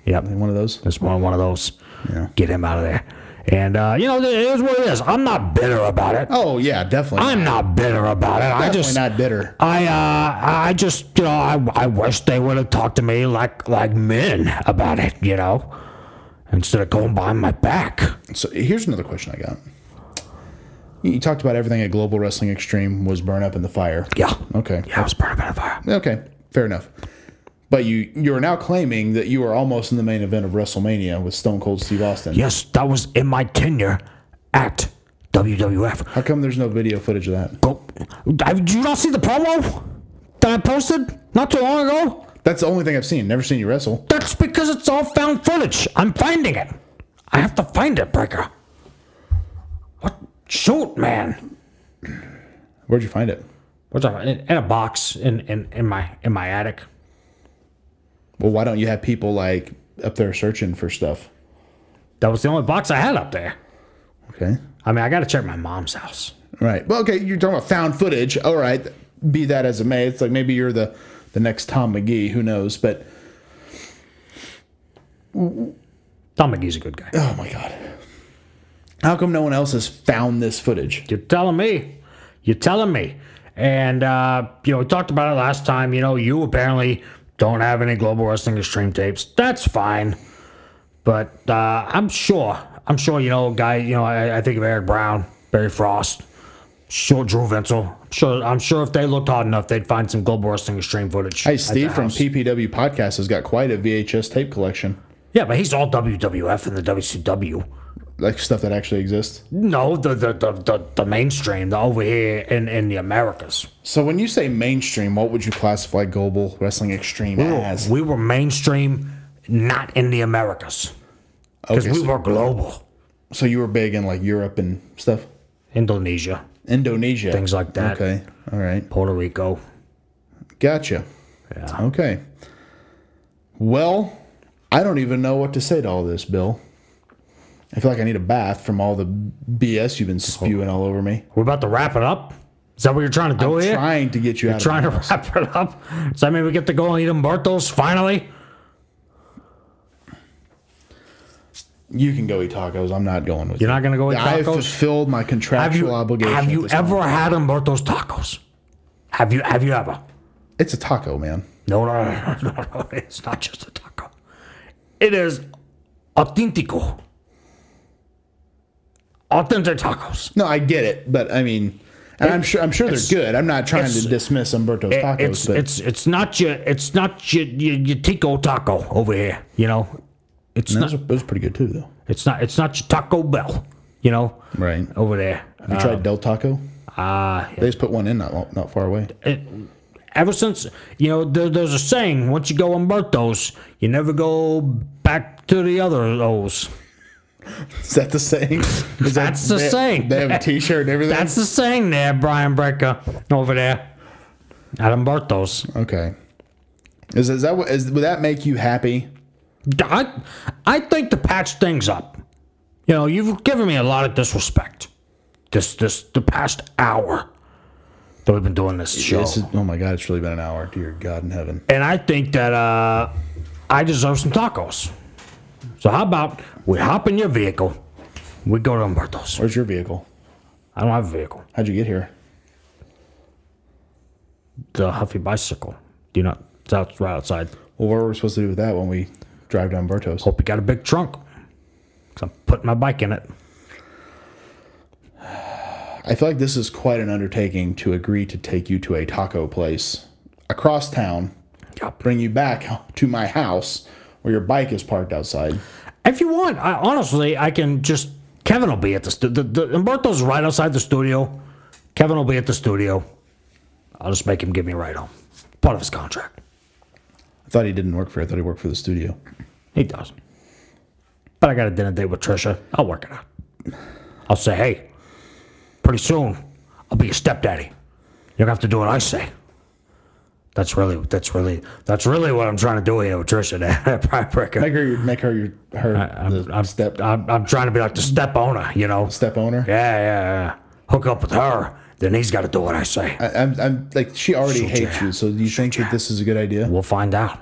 S3: Yep,
S2: One of those.
S3: it's one one of those.
S2: Yeah.
S3: Get him out of there, and uh, you know, it is what it is. I'm not bitter about it.
S2: Oh yeah, definitely.
S3: I'm not bitter about it. I
S2: definitely
S3: just
S2: not bitter.
S3: I uh, I just you know I, I wish they would have talked to me like like men about it, you know, instead of going behind my back.
S2: So here's another question I got. You talked about everything at Global Wrestling Extreme was burn up in the fire.
S3: Yeah,
S2: Okay.
S3: yeah, I was burning by the fire.
S2: Okay. Fair enough. But you you are now claiming that you were almost in the main event of WrestleMania with Stone Cold Steve Austin.
S3: Yes, that was in my tenure at WWF.
S2: How come there's no video footage of that?
S3: Go. Have- Did you not see the promo that I posted not too long ago?
S2: That's the only thing I've seen. Never seen you wrestle.
S3: That's because it's all found footage. I'm finding it. I have to find it, Breaker. What? Shoot, man.
S2: Where'd you find it?
S3: What's up? In, in a box in, in, in my in my attic.
S2: Well, why don't you have people like up there searching for stuff?
S3: That was the only box I had up there.
S2: Okay.
S3: I mean, I got to check my mom's house.
S2: Right. Well, okay, you're talking about found footage. All right. Be that as it may, it's like maybe you're the the next Tom McGee. Who knows? But
S3: Tom McGee's a good guy.
S2: oh my god, how come no one else has found this footage?
S3: You're telling me. You're telling me. And, uh, you know, we talked about it last time. You know, you apparently don't have any Global Wrestling Extreme tapes. That's fine. But uh, I'm sure, I'm sure, you know, guy, you know, I, I think of Eric Brown, Barry Frost, sure, Drew Vinsel. I'm sure, I'm sure if they looked hard enough, they'd find some Global Wrestling Extreme footage.
S2: Hey,
S3: at
S2: Steve
S3: the
S2: from
S3: house.
S2: PPW Podcast has got quite a VHS tape collection.
S3: Yeah, but he's all WWF and the WCW.
S2: like stuff that actually exists?
S3: No, the the, the, the, the mainstream, the over here in, in the Americas.
S2: So when you say mainstream, what would you classify global wrestling extreme as?
S3: We were mainstream, not in the Americas. Because
S2: Okay,
S3: we
S2: so-
S3: were global.
S2: So you were big in like Europe and stuff,
S3: Indonesia,
S2: Indonesia,
S3: Things like that.
S2: Okay, all right,
S3: Puerto Rico.
S2: gotcha.
S3: Yeah.
S2: Okay. Well, I don't even know what to say to all this, Bill. I feel like I need a bath from all the BS you've been spewing all over me.
S3: We're about to wrap it up. Is that what you're trying to do here?
S2: Trying to get you out.
S3: trying
S2: of
S3: to wrap it up. Does that mean we get to go and eat Umberto's finally?
S2: You can go eat tacos. I'm not going with
S3: You're
S2: you.
S3: not gonna go eat
S2: I've
S3: tacos?
S2: fulfilled my contractual
S3: Have you
S2: obligation.
S3: have
S2: at
S3: you
S2: this time.
S3: ever had Umberto's tacos? Have you have you ever?
S2: It's a taco, man.
S3: No, no, no, no, no, no. It's not just a taco. It is authentico. Authentic tacos.
S2: No, I get it, but I mean, and I'm sure I'm sure they're
S3: it's-
S2: good. I'm not trying
S3: it's-
S2: to dismiss Umberto's
S3: It-
S2: tacos,
S3: it's
S2: but
S3: it's it's not your it's not your your, your tico taco over here. You know, it's
S2: No,
S3: not
S2: those, are, those are pretty good too, though.
S3: it's not it's not your Taco Bell. You know,
S2: Right? Have
S3: over there.
S2: you tried Del Taco?
S3: Ah,
S2: They just put one in not lo- not far away.
S3: it, ever since you know there, there's a saying once you go on both those you never go back to the other those
S2: Is that the saying? Is that-
S3: That's the
S2: they-
S3: saying.
S2: They have a T-shirt and everything.
S3: that's the saying there brian brecker over there at Umberto's.
S2: okay. Is, is that what is would that make you happy?
S3: I, I think to patch things up you know you've given me a lot of disrespect this this the past hour that we've been doing this show
S2: This is, oh my God! It's really been an hour. Dear God in heaven.
S3: and I think that uh, I deserve some tacos. So how about we hop in your vehicle, we go to Umberto's.
S2: Where's your vehicle?
S3: I don't have a vehicle.
S2: How'd you get here?
S3: The Huffy bicycle. Do you not? That's right outside.
S2: Well, what were we supposed to do with that when we drive down Bertos?
S3: Hope you got a big trunk. 'Cause I'm putting my bike in it.
S2: I feel like this is quite an undertaking to agree to take you to a taco place across town,
S3: Yep.
S2: bring you back to my house where your bike is parked outside.
S3: If you want, I, honestly, I can just. Kevin will be at the, stu- the the Umberto's right outside the studio. Kevin will be at the studio. I'll just make him give me a ride home. Part of his contract.
S2: I thought he didn't work for. I thought he worked for the studio.
S3: He does. But I got a dinner date with Trisha. I'll work it out. I'll say, hey, pretty soon I'll be your stepdaddy. You're gonna have to do what I say. That's really that's really that's really what I'm trying to do here with Trisha there, Brian Bricker.
S2: Make her, your- make her your her the
S3: I'm,
S2: step
S3: I'm, I'm trying to be like the step owner, you know?
S2: step owner.
S3: Yeah, yeah, yeah. Hook up with her, then he's gotta do what I say.
S2: I, I'm, I'm like she already
S3: Shoot
S2: hates
S3: ya.
S2: you. So do you think that this is a good idea?
S3: We'll find out.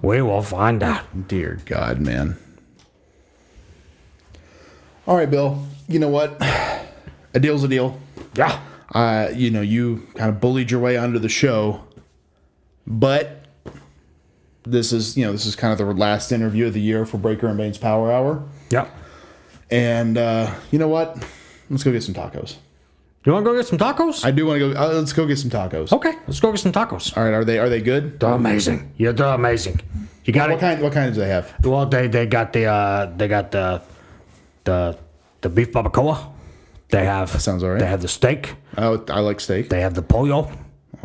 S3: we will find out.
S2: Dear God, man. All right, Bill. You know what? A deal's a deal.
S3: Yeah.
S2: Uh, you know, you kind of bullied your way onto the show, but this is you know this is kind of the last interview of the year for Breaker and Bane's Power Hour,
S3: Yep.
S2: and uh, you know what? Let's go get some tacos.
S3: You wanna go get some tacos?
S2: I do want to go. Uh, let's go get some tacos.
S3: okay, let's go get some tacos.
S2: All right, are they are they good?
S3: They're amazing. Yeah, they're amazing. You got
S2: What
S3: it.
S2: kind? What kind do they have?
S3: Well, they they got the uh, they got the the the beef barbacoa. They have that
S2: sounds all right.
S3: They have the steak.
S2: Oh, I like steak.
S3: They have the pollo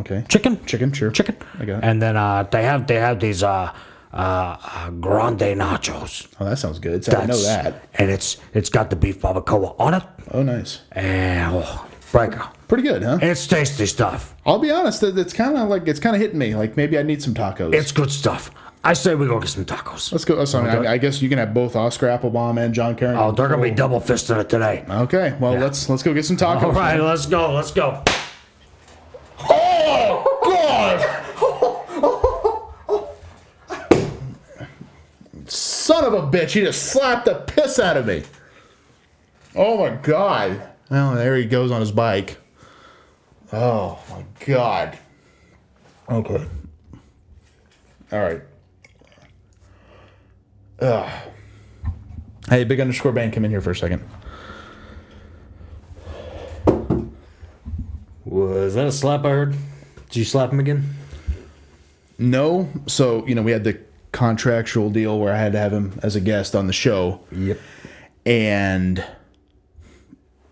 S2: Okay,
S3: chicken.
S2: chicken, sure.
S3: Chicken.
S2: I got it.
S3: And then uh, they have they have these uh, uh, uh, grande nachos.
S2: Oh, that sounds good. So I know
S3: That's-
S2: that.
S3: And it's it's got the beef barbacoa on it.
S2: Oh, nice.
S3: And oh, breaker.
S2: Pretty good, huh?
S3: It's tasty stuff.
S2: I'll be honest. That it's kind of like it's kind of hitting me. Like maybe I need some tacos.
S3: It's good stuff. I say we go get some tacos.
S2: Let's go. So I, mean, I, I guess you can have both Oscar Applebaum and John Carrington.
S3: Oh, they're gonna be double fisting it today.
S2: Okay, well let's let's go get some tacos.
S3: All right, let's go. Let's go.
S2: Son of a bitch, he just slapped the piss out of me. Oh my god. Well, there he goes on his bike. Oh my god. Okay. All right. Ugh. Hey, big underscore bang, come in here for a second.
S3: Was that a slap I heard? Did you slap him again?
S2: No, so you know we had the contractual deal where I had to have him as a guest on the show.
S3: Yep.
S2: And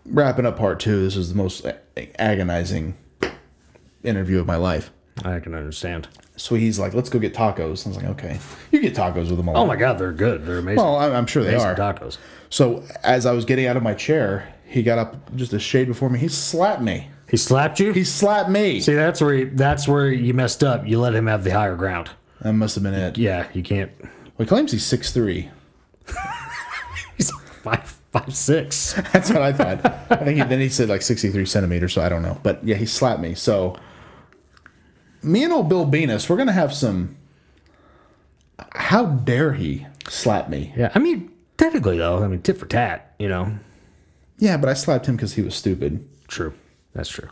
S2: wrapping up part two, this is the most agonizing interview of my life.
S3: I can understand.
S2: So he's like, let's go get tacos. I was like, okay. You get tacos with him a lot.
S3: Oh my God, they're good. They're amazing.
S2: Well, I- I'm sure they
S3: amazing
S2: are.
S3: tacos.
S2: So as I was getting out of my chair, he got up just a shade before me. He slapped me.
S3: He slapped you.
S2: He slapped me.
S3: See, that's where you, that's where you messed up. You let him have the higher ground.
S2: That must have been it.
S3: Yeah, you can't.
S2: Well, he claims he's 6'3".
S3: He's five five six.
S2: That's what I thought. I think he, then he said like 63 centimeters, so I don't know. But yeah, he slapped me. So me and old Bill Venus, we're going to have some... How dare he slap me?
S3: Yeah, I mean technically though, I mean tit for tat. You know,
S2: Yeah, but I slapped him because he was stupid.
S3: true. That's true.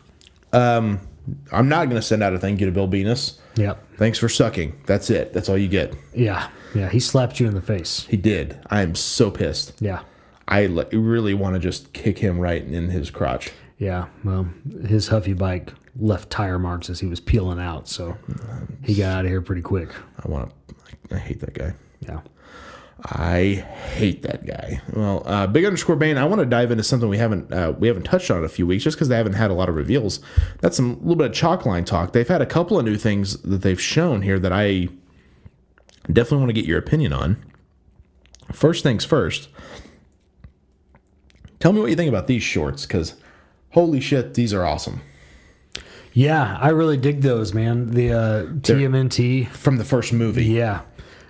S2: I'm not going to send out a thank you to Bill Venus.
S3: Yep.
S2: Thanks for sucking. That's it. That's all you get.
S3: Yeah. Yeah. He slapped you in the face.
S2: He did. I am so pissed.
S3: Yeah.
S2: I li- really want to just kick him right in his crotch.
S3: Yeah. Well, his huffy bike left tire marks as he was peeling out, so he got out of here pretty quick.
S2: I want to. I hate that guy.
S3: Yeah.
S2: I hate that guy. Well, uh, big underscore Bane. I want to dive into something we haven't uh, we haven't touched on in a few weeks, just because they haven't had a lot of reveals. That's some little bit of chalk line talk. They've had a couple of new things that they've shown here that I definitely want to get your opinion on. First things first. Tell me what you think about these shorts, because holy shit, these are awesome.
S3: Yeah, I really dig those, man. The uh, TMNT.
S2: From the first movie.
S3: Yeah.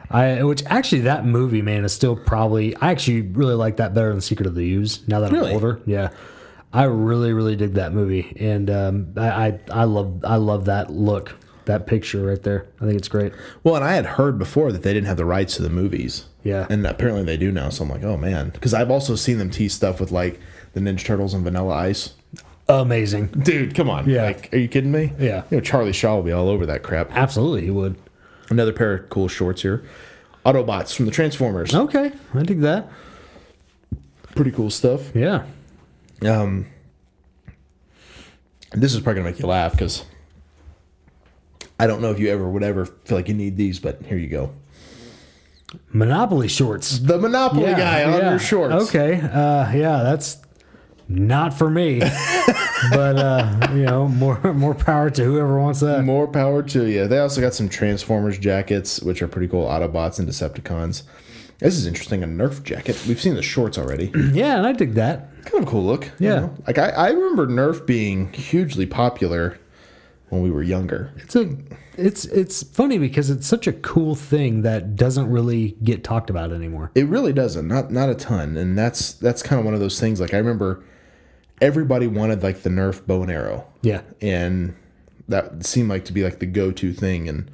S3: I, which actually that movie man is still probably I actually really like that better than Secret of the Ooze now that
S2: Really?
S3: I'm older yeah I really really dig that movie and um, I, I I love I love that look that picture right there I think it's great
S2: Well, and I had heard before that they didn't have the rights to the movies.
S3: Yeah.
S2: And apparently they do now. So I'm like, oh man. Because I've also seen them tease stuff with like the Ninja Turtles and Vanilla Ice.
S3: amazing
S2: Dude, come on.
S3: Yeah.
S2: Like, are you kidding me?
S3: Yeah.
S2: You know, Charlie Shaw will be all over that crap.
S3: absolutely he would
S2: Another pair of cool shorts here. Autobots from the Transformers.
S3: okay I dig that
S2: Pretty cool stuff.
S3: yeah
S2: Um, this is probably gonna make you laugh because I don't know if you ever would ever feel like you need these, but here you go.
S3: Monopoly shorts
S2: The Monopoly guy on
S3: yeah.
S2: your shorts.
S3: okay uh, yeah that's not for me but uh, you know more more power to whoever wants that
S2: More power to you. They also got some Transformers jackets, which are pretty cool. Autobots and Decepticons. This is interesting. A Nerf jacket. We've seen the shorts already.
S3: yeah and I dig that.
S2: kind of a cool look. you
S3: Yeah.
S2: know? Like I, I remember Nerf being hugely popular when we were younger.
S3: It's a, it's it's funny because it's such a cool thing that doesn't really get talked about anymore.
S2: It really doesn't. Not not a ton. And that's that's kind of one of those things. Like I remember everybody wanted like the Nerf bow and arrow.
S3: Yeah,
S2: and that seemed like to be like the go-to thing and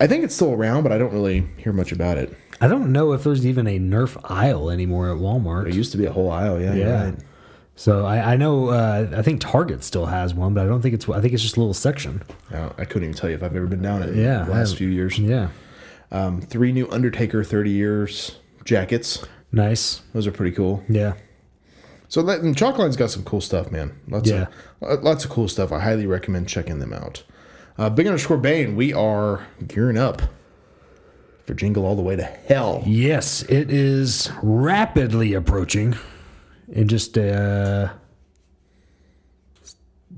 S2: i think it's still around but i don't really hear much about it
S3: I don't know if there's even a Nerf aisle anymore at
S2: it
S3: Walmart.
S2: used to be a whole aisle yeah
S3: Yeah.
S2: yeah
S3: So I, I know uh, I think Target still has one, but I don't think it's I think it's just a little section.
S2: I, don't- Uh, I couldn't even tell you if i've ever been down it
S3: Yeah,
S2: in the last
S3: I-
S2: few years
S3: Yeah,
S2: um, three new undertaker 30 years jackets
S3: nice.
S2: those are pretty cool
S3: Yeah,
S2: so that, and chalkline's got some cool stuff man lots
S3: Yeah.
S2: of uh, lots of cool stuff i highly recommend checking them out uh, big underscore bane we are gearing up for jingle all the way to hell
S3: yes, it is rapidly approaching, and just uh,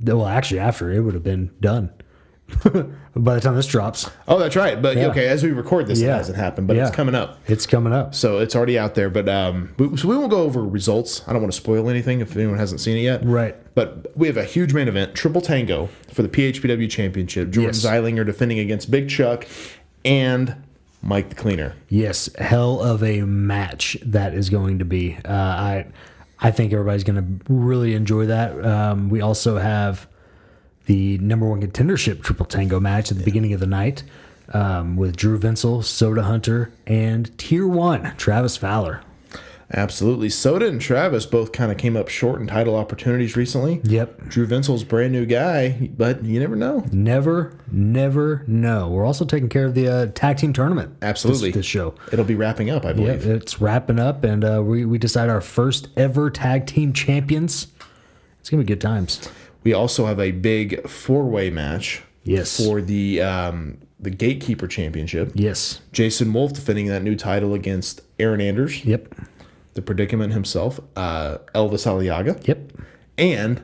S3: well, actually, after it would have been done by the time this drops.
S2: oh that's right but
S3: Yeah.
S2: okay as we record this it
S3: Yeah.
S2: hasn't happened but
S3: Yeah.
S2: it's coming up
S3: It's coming up.
S2: So it's already out there, but um, we, so we won't go over results. I don't want to spoil anything if anyone hasn't seen it yet.
S3: Right.
S2: But we have a huge main event, Triple Tango, for the PHPW Championship. Jordan
S3: Yes.
S2: Zeilinger defending against Big Chuck and Mike the Cleaner.
S3: Yes, hell of a match that is going to be. Uh, I I think everybody's going to really enjoy that. Um, we also have the number one contendership triple tango match at the beginning of the night um, with Drew Vinsel, Soda Hunter, and Tier One Travis Fowler.
S2: Absolutely. Soda and Travis both kind of came up short in title opportunities recently.
S3: Yep.
S2: Drew Vinsel's brand new guy, but you never know.
S3: Never, never know. We're also taking care of the uh, tag team tournament. this-
S2: Absolutely.
S3: This, show.
S2: It'll be wrapping up, I
S3: Yeah,
S2: believe.
S3: it's wrapping up, and uh, we, we decide our first ever tag team champions. It's going to be good times.
S2: We also have a big four way match
S3: Yes.
S2: for the um, the Gatekeeper Championship.
S3: Yes.
S2: Jason Wolf defending that new title against Aaron Anders.
S3: Yep.
S2: the predicament himself, uh, Elvis Aliaga,
S3: Yep.
S2: and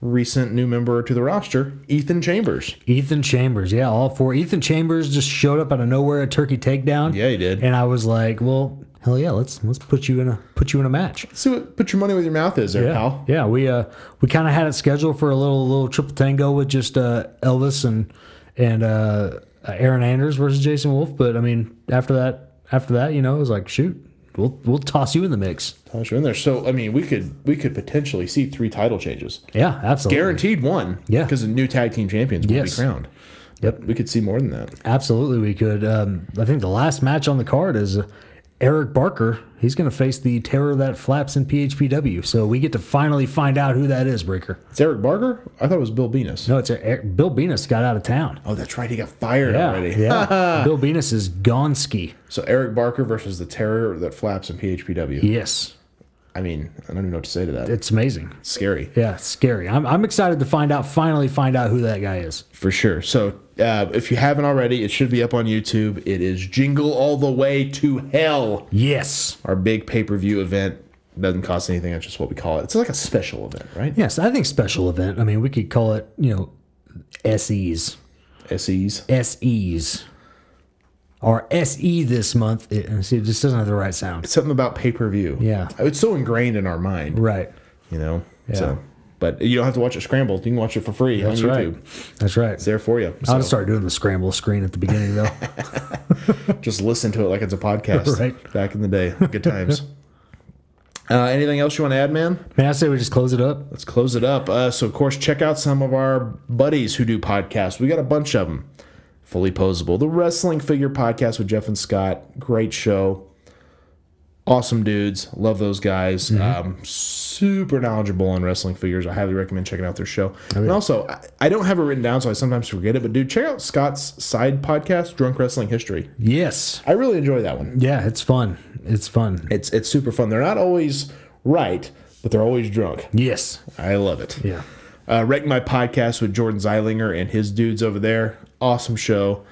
S2: recent new member to the roster, Ethan Chambers.
S3: Ethan Chambers, yeah, all four. Ethan Chambers just showed up out of nowhere at Turkey Takedown.
S2: Yeah, he did.
S3: And I was like, well, hell yeah, let's let's put you in a put you in a match.
S2: See what put your money where your mouth is there,
S3: Yeah,
S2: pal.
S3: yeah. We uh we kind of had it scheduled for a little little triple tango with just uh Elvis and and uh Aaron Anders versus Jason Wolf. But I mean, after that after that, you know, it was like, shoot, we'll we'll toss you in the mix.
S2: Toss you in there. So I mean, we could we could potentially see three title changes,
S3: Yeah, absolutely.
S2: guaranteed one.
S3: Yeah.
S2: because the new tag team champions will
S3: Yes.
S2: be crowned. Yep, we could see more than that.
S3: Absolutely, we could. Um, I think the last match on the card is uh, Eric Barker. He's going to face the terror that flaps in PHPW. So we get to finally find out who that is, Breaker.
S2: It's Eric Barker. I thought it was Bill Venus.
S3: No, it's uh, Eric, Bill Venus got out of town.
S2: Oh, that's right. He got fired
S3: Yeah,
S2: already.
S3: yeah. Bill Venus is Gonski.
S2: So Eric Barker versus the terror that flaps in PHPW.
S3: Yes,
S2: I mean, I don't even know what to say to that. It's
S3: it's amazing.
S2: scary
S3: Yeah, it's scary. I'm, I'm excited to find out. Finally, find out who that guy is.
S2: for sure. So uh, if you haven't already, it should be up on YouTube. It is Jingle All the Way to Hell,
S3: Yes,
S2: our big pay per view event. Doesn't cost anything. That's just what we call it. It's like a special event, right?
S3: yes. I think special event. I mean, we could call it you know, SEs.
S2: SEs.
S3: SEs or SE this month. It, see, it just doesn't have the right sound.
S2: Something about pay per view.
S3: Yeah.
S2: It's so ingrained in our mind,
S3: Right.
S2: you know?
S3: Yeah.
S2: So, but you don't have to watch it scrambled. You can watch it for free
S3: That's
S2: on
S3: right.
S2: YouTube.
S3: That's right.
S2: It's there for you.
S3: I'll
S2: So
S3: just start doing the scramble screen at the beginning, though.
S2: just listen to it like it's a podcast.
S3: Right.
S2: Back in the day. Good times. uh, anything else you want to add, man?
S3: Man, I say we just close it up.
S2: let's close it up. Uh, so, of course, check out some of our buddies who do podcasts. We got a bunch of them. Fully Posable, the Wrestling Figure Podcast with Jeff and Scott. Great show. Awesome dudes. Love those guys. Um, super knowledgeable on wrestling figures. I highly recommend checking out their show. And also, I, I don't have it written down, so I sometimes forget it, but dude, check out Scott's side podcast, Drunk Wrestling History.
S3: Yes.
S2: I really enjoy that one.
S3: Yeah, it's fun. It's fun.
S2: It's it's super fun. They're not always right, but they're always drunk.
S3: Yes.
S2: I love it.
S3: Yeah.
S2: Uh, Wreck My Podcast with Jordan Zeilinger and his dudes over there. Awesome show.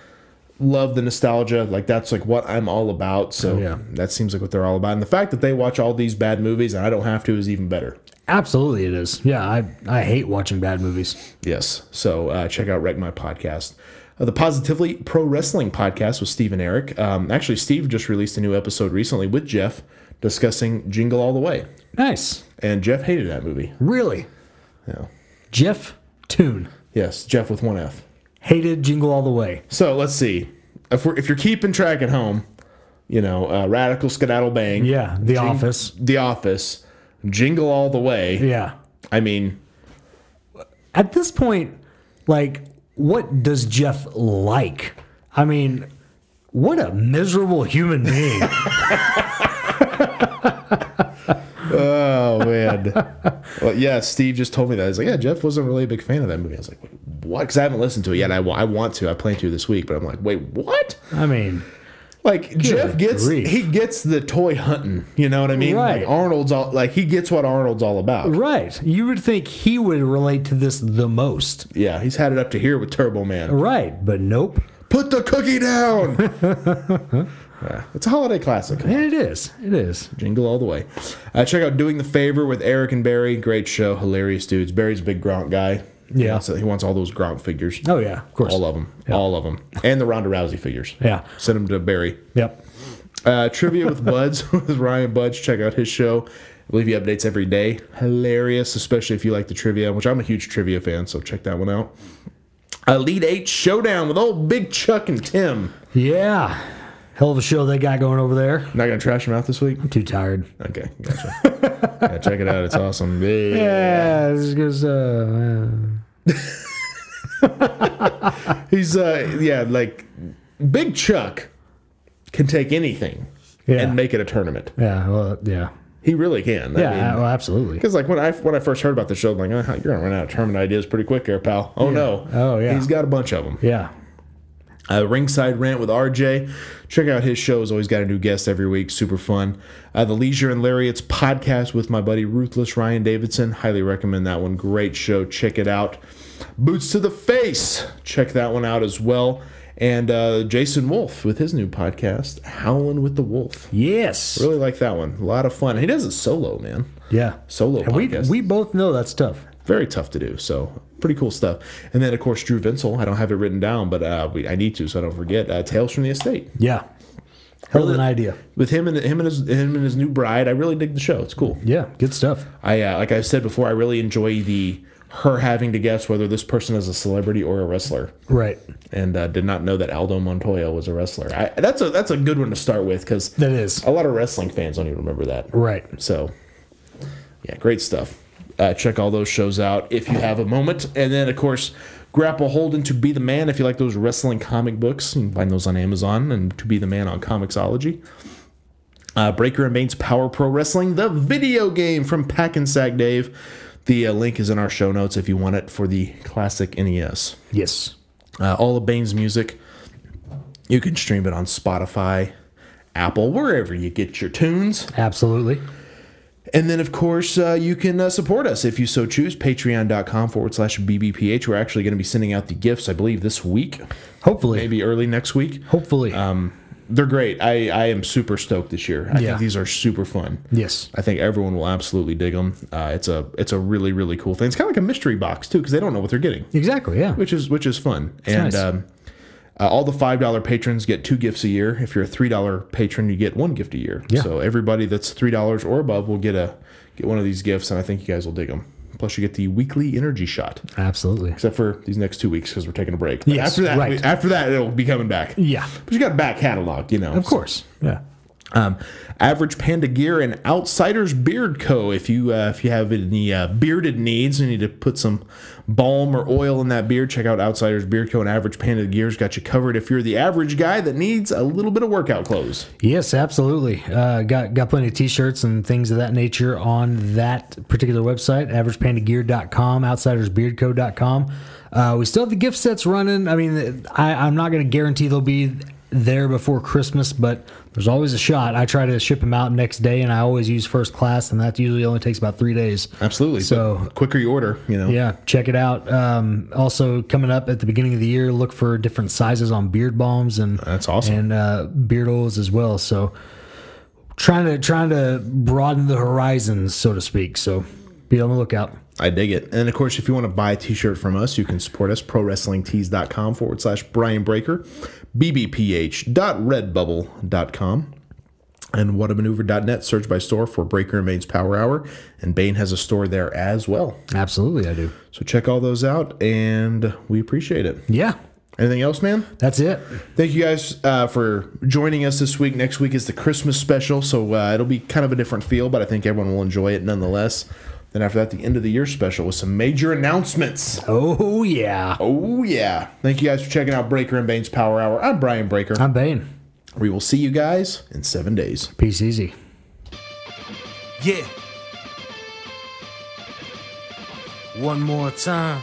S2: Love the nostalgia. Like that's like what I'm all about. So
S3: yeah.
S2: that seems like what they're all about. And the fact that they watch all these bad movies and I don't have to is even better.
S3: Absolutely, it is. Yeah, I I hate watching bad movies.
S2: Yes. So uh, check out Wreck My Podcast. Uh, the Positively Pro Wrestling Podcast with Steve and Eric. Um, actually, Steve just released a new episode recently with Jeff discussing Jingle All the Way.
S3: Nice.
S2: And Jeff hated that movie.
S3: Really.
S2: Yeah.
S3: Jeff Toon
S2: Yes, Jeff with one F.
S3: hated Jingle All the Way.
S2: So let's see. If we're if you're keeping track at home, you know, uh, radical skedaddle bang.
S3: Yeah, The Office.
S2: The Office, jingle all the way.
S3: Yeah.
S2: I mean,
S3: at this point, like, what does Jeff like? I mean, what a miserable human being.
S2: oh man. well, yeah, Steve just told me that. He's like, yeah, Jeff wasn't really a big fan of that movie. I was like, what? Because I haven't listened to it yet. I, wa- I want to. I plan to this week, but I'm like, wait, what?
S3: I mean,
S2: Like Jeff gets
S3: grief.
S2: he gets the toy hunting. You know what I mean?
S3: Right.
S2: Like Arnold's all like he gets what Arnold's all about.
S3: right. You would think he would relate to this the most.
S2: Yeah, he's had it up to here with Turbo Man.
S3: Right. But nope.
S2: Put the cookie down. Yeah, it's a holiday classic.
S3: And it is. It is.
S2: Jingle all the way. Uh, check out "Doing the Favor" with Eric and Barry. Great show, hilarious dudes. Barry's a big Gronk guy. He
S3: Yeah.
S2: wants, he wants all those Gronk figures.
S3: Oh, yeah. Of course.
S2: all of them, all of them, and the Ronda Rousey figures.
S3: Yeah.
S2: send them to Barry.
S3: Yep.
S2: Uh, Trivia with Buds with Ryan Buds. Check out his show. I believe he updates every day. Hilarious, especially if you like the trivia, which I'm a huge trivia fan, so check that one out. Elite Eight Showdown with old Big Chuck and Tim.
S3: Yeah. Hell of a show they got going over there.
S2: Not gonna trash him out this week.
S3: Too tired.
S2: Okay, gotcha. yeah, check it out. It's awesome. Yeah.
S3: Yeah. This goes, uh,
S2: He's uh yeah, like Big Chuck can take anything
S3: yeah.
S2: and make it a tournament.
S3: yeah. Well, yeah.
S2: He really can.
S3: Yeah. well, absolutely.
S2: because like when I when I first heard about the show, I'm like, oh, you're gonna run out of tournament ideas pretty quick, here, pal. Oh no.
S3: Oh, yeah.
S2: He's got a bunch of them.
S3: Yeah.
S2: Uh, Ringside Rant with RJ. Check out his show. He's always got a new guest every week. Super fun. Uh, the Leisure and Lariats podcast with my buddy Ruthless Ryan Davidson. Highly recommend that one. Great show. Check it out. Boots to the Face. Check that one out as well. And uh, Jason Wolf with his new podcast, Howlin' with the Wolf.
S3: Yes.
S2: Really like that one. A lot of fun. He does it solo, man.
S3: Yeah.
S2: Solo
S3: And we
S2: podcast.
S3: we both know that's tough.
S2: Very tough to do. So pretty cool stuff. And then of course Drew Vinsel. I don't have it written down, but uh, we, I need to, so I don't forget. Uh, Tales from the Estate.
S3: Yeah. Hell of
S2: Really-
S3: an idea.
S2: With him and him and his him and his new bride. I really dig the show. It's cool.
S3: Yeah. Good stuff.
S2: I uh, like I said before. I really enjoy the her having to guess whether this person is a celebrity or a wrestler,
S3: Right.
S2: and uh, did not know that Aldo Montoya was a wrestler. I, that's a that's a good one to start with because
S3: That is.
S2: a lot of wrestling fans don't even remember that.
S3: Right.
S2: So, yeah, great stuff. Uh, check all those shows out if you have a moment. And then, of course, Grapple Holden to Be the Man if you like those wrestling comic books. You can find those on Amazon and To Be the Man on Comixology. Uh, Breaker and Bane's Power Pro Wrestling, the video game from Pack and Sack Dave. The uh, link is in our show notes if you want it for the classic NES
S3: Yes.
S2: uh, all of Bane's music. You can stream it on Spotify, Apple, wherever you get your tunes.
S3: Absolutely.
S2: And then, of course, uh, you can uh, support us if you so choose. Patreon.com forward slash BBPH. We're actually going to be sending out the gifts, I believe, this week,
S3: Hopefully.
S2: maybe early next week.
S3: Hopefully.
S2: They're great. I, I am super stoked this year. I
S3: Yeah.
S2: think these are super fun.
S3: yes.
S2: I think everyone will absolutely dig them. Uh, it's a it's a really really cool thing. It's kind of like a mystery box too because they don't know what they're getting.
S3: Exactly. Yeah.
S2: which is which is fun. and
S3: nice.
S2: um, uh, all the five dollar patrons get two gifts a year. If you're a three dollar patron, you get one gift a year.
S3: Yeah.
S2: So everybody that's three dollars or above will get a get one of these gifts, and I think you guys will dig them. Plus, you get the weekly energy shot,
S3: Absolutely.
S2: except for these next two weeks because we're taking a break. But
S3: Yes,
S2: after that,
S3: right.
S2: we- after that, it'll be coming back.
S3: Yeah.
S2: But you got a back catalog, you know.
S3: Of course. Yeah.
S2: Um, Average Panda Gear and Outsiders Beard Co. If you uh, if you have any uh, bearded needs, you need to put some balm or oil in that beard. Check out Outsiders Beard Co. and Average Panda Gear's got you covered. If you're the average guy that needs a little bit of workout clothes,
S3: Yes, absolutely. Uh, got got plenty of t-shirts and things of that nature on that particular website, averagepandagear.com, outsidersbeardco.com. Uh, we still have the gift sets running. I mean, I, I'm not going to guarantee they'll be there before Christmas, but there's always a shot. I try to ship them out next day, and I always use first class, and that usually only takes about three days.
S2: absolutely.
S3: So-
S2: But quicker you order, you know.
S3: Yeah, check it out. Um, also, coming up at the beginning of the year, look for different sizes on beard balms and
S2: That's awesome.
S3: and uh, beard oils as well. So, trying to trying to broaden the horizons, so to speak. So, be on the lookout.
S2: I dig it. And of course, if you want to buy a t shirt from us, you can support us. ProWrestlingTees.com forward slash Brian Breaker, BBPH.redbubble.com, and whatamaneuver.net. Search by store for Breaker and Bane's Power Hour. And Bane has a store there as well.
S3: Absolutely, I do.
S2: So check all those out, and we appreciate it.
S3: Yeah,
S2: Anything else, man?
S3: that's it.
S2: Thank you guys uh, for joining us this week. Next week is the Christmas special, so uh, it'll be kind of a different feel, but I think everyone will enjoy it nonetheless. Then after that, the end of the year special with some major announcements.
S3: Oh yeah,
S2: Oh yeah! Thank you guys for checking out Breaker and Bane's Power Hour. I'm Brian Breaker.
S3: I'm Bane.
S2: we will see you guys in seven days.
S3: Peace easy.
S1: Yeah. One more time.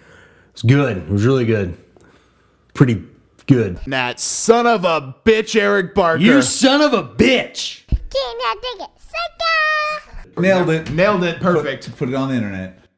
S3: It's good. It was really good. Pretty good.
S2: That son of a bitch, Eric Barker.
S6: You son of a bitch!
S7: King, I dig it. Sucker!
S8: Nailed it.
S2: nailed it. Perfect.
S8: Put it on the internet.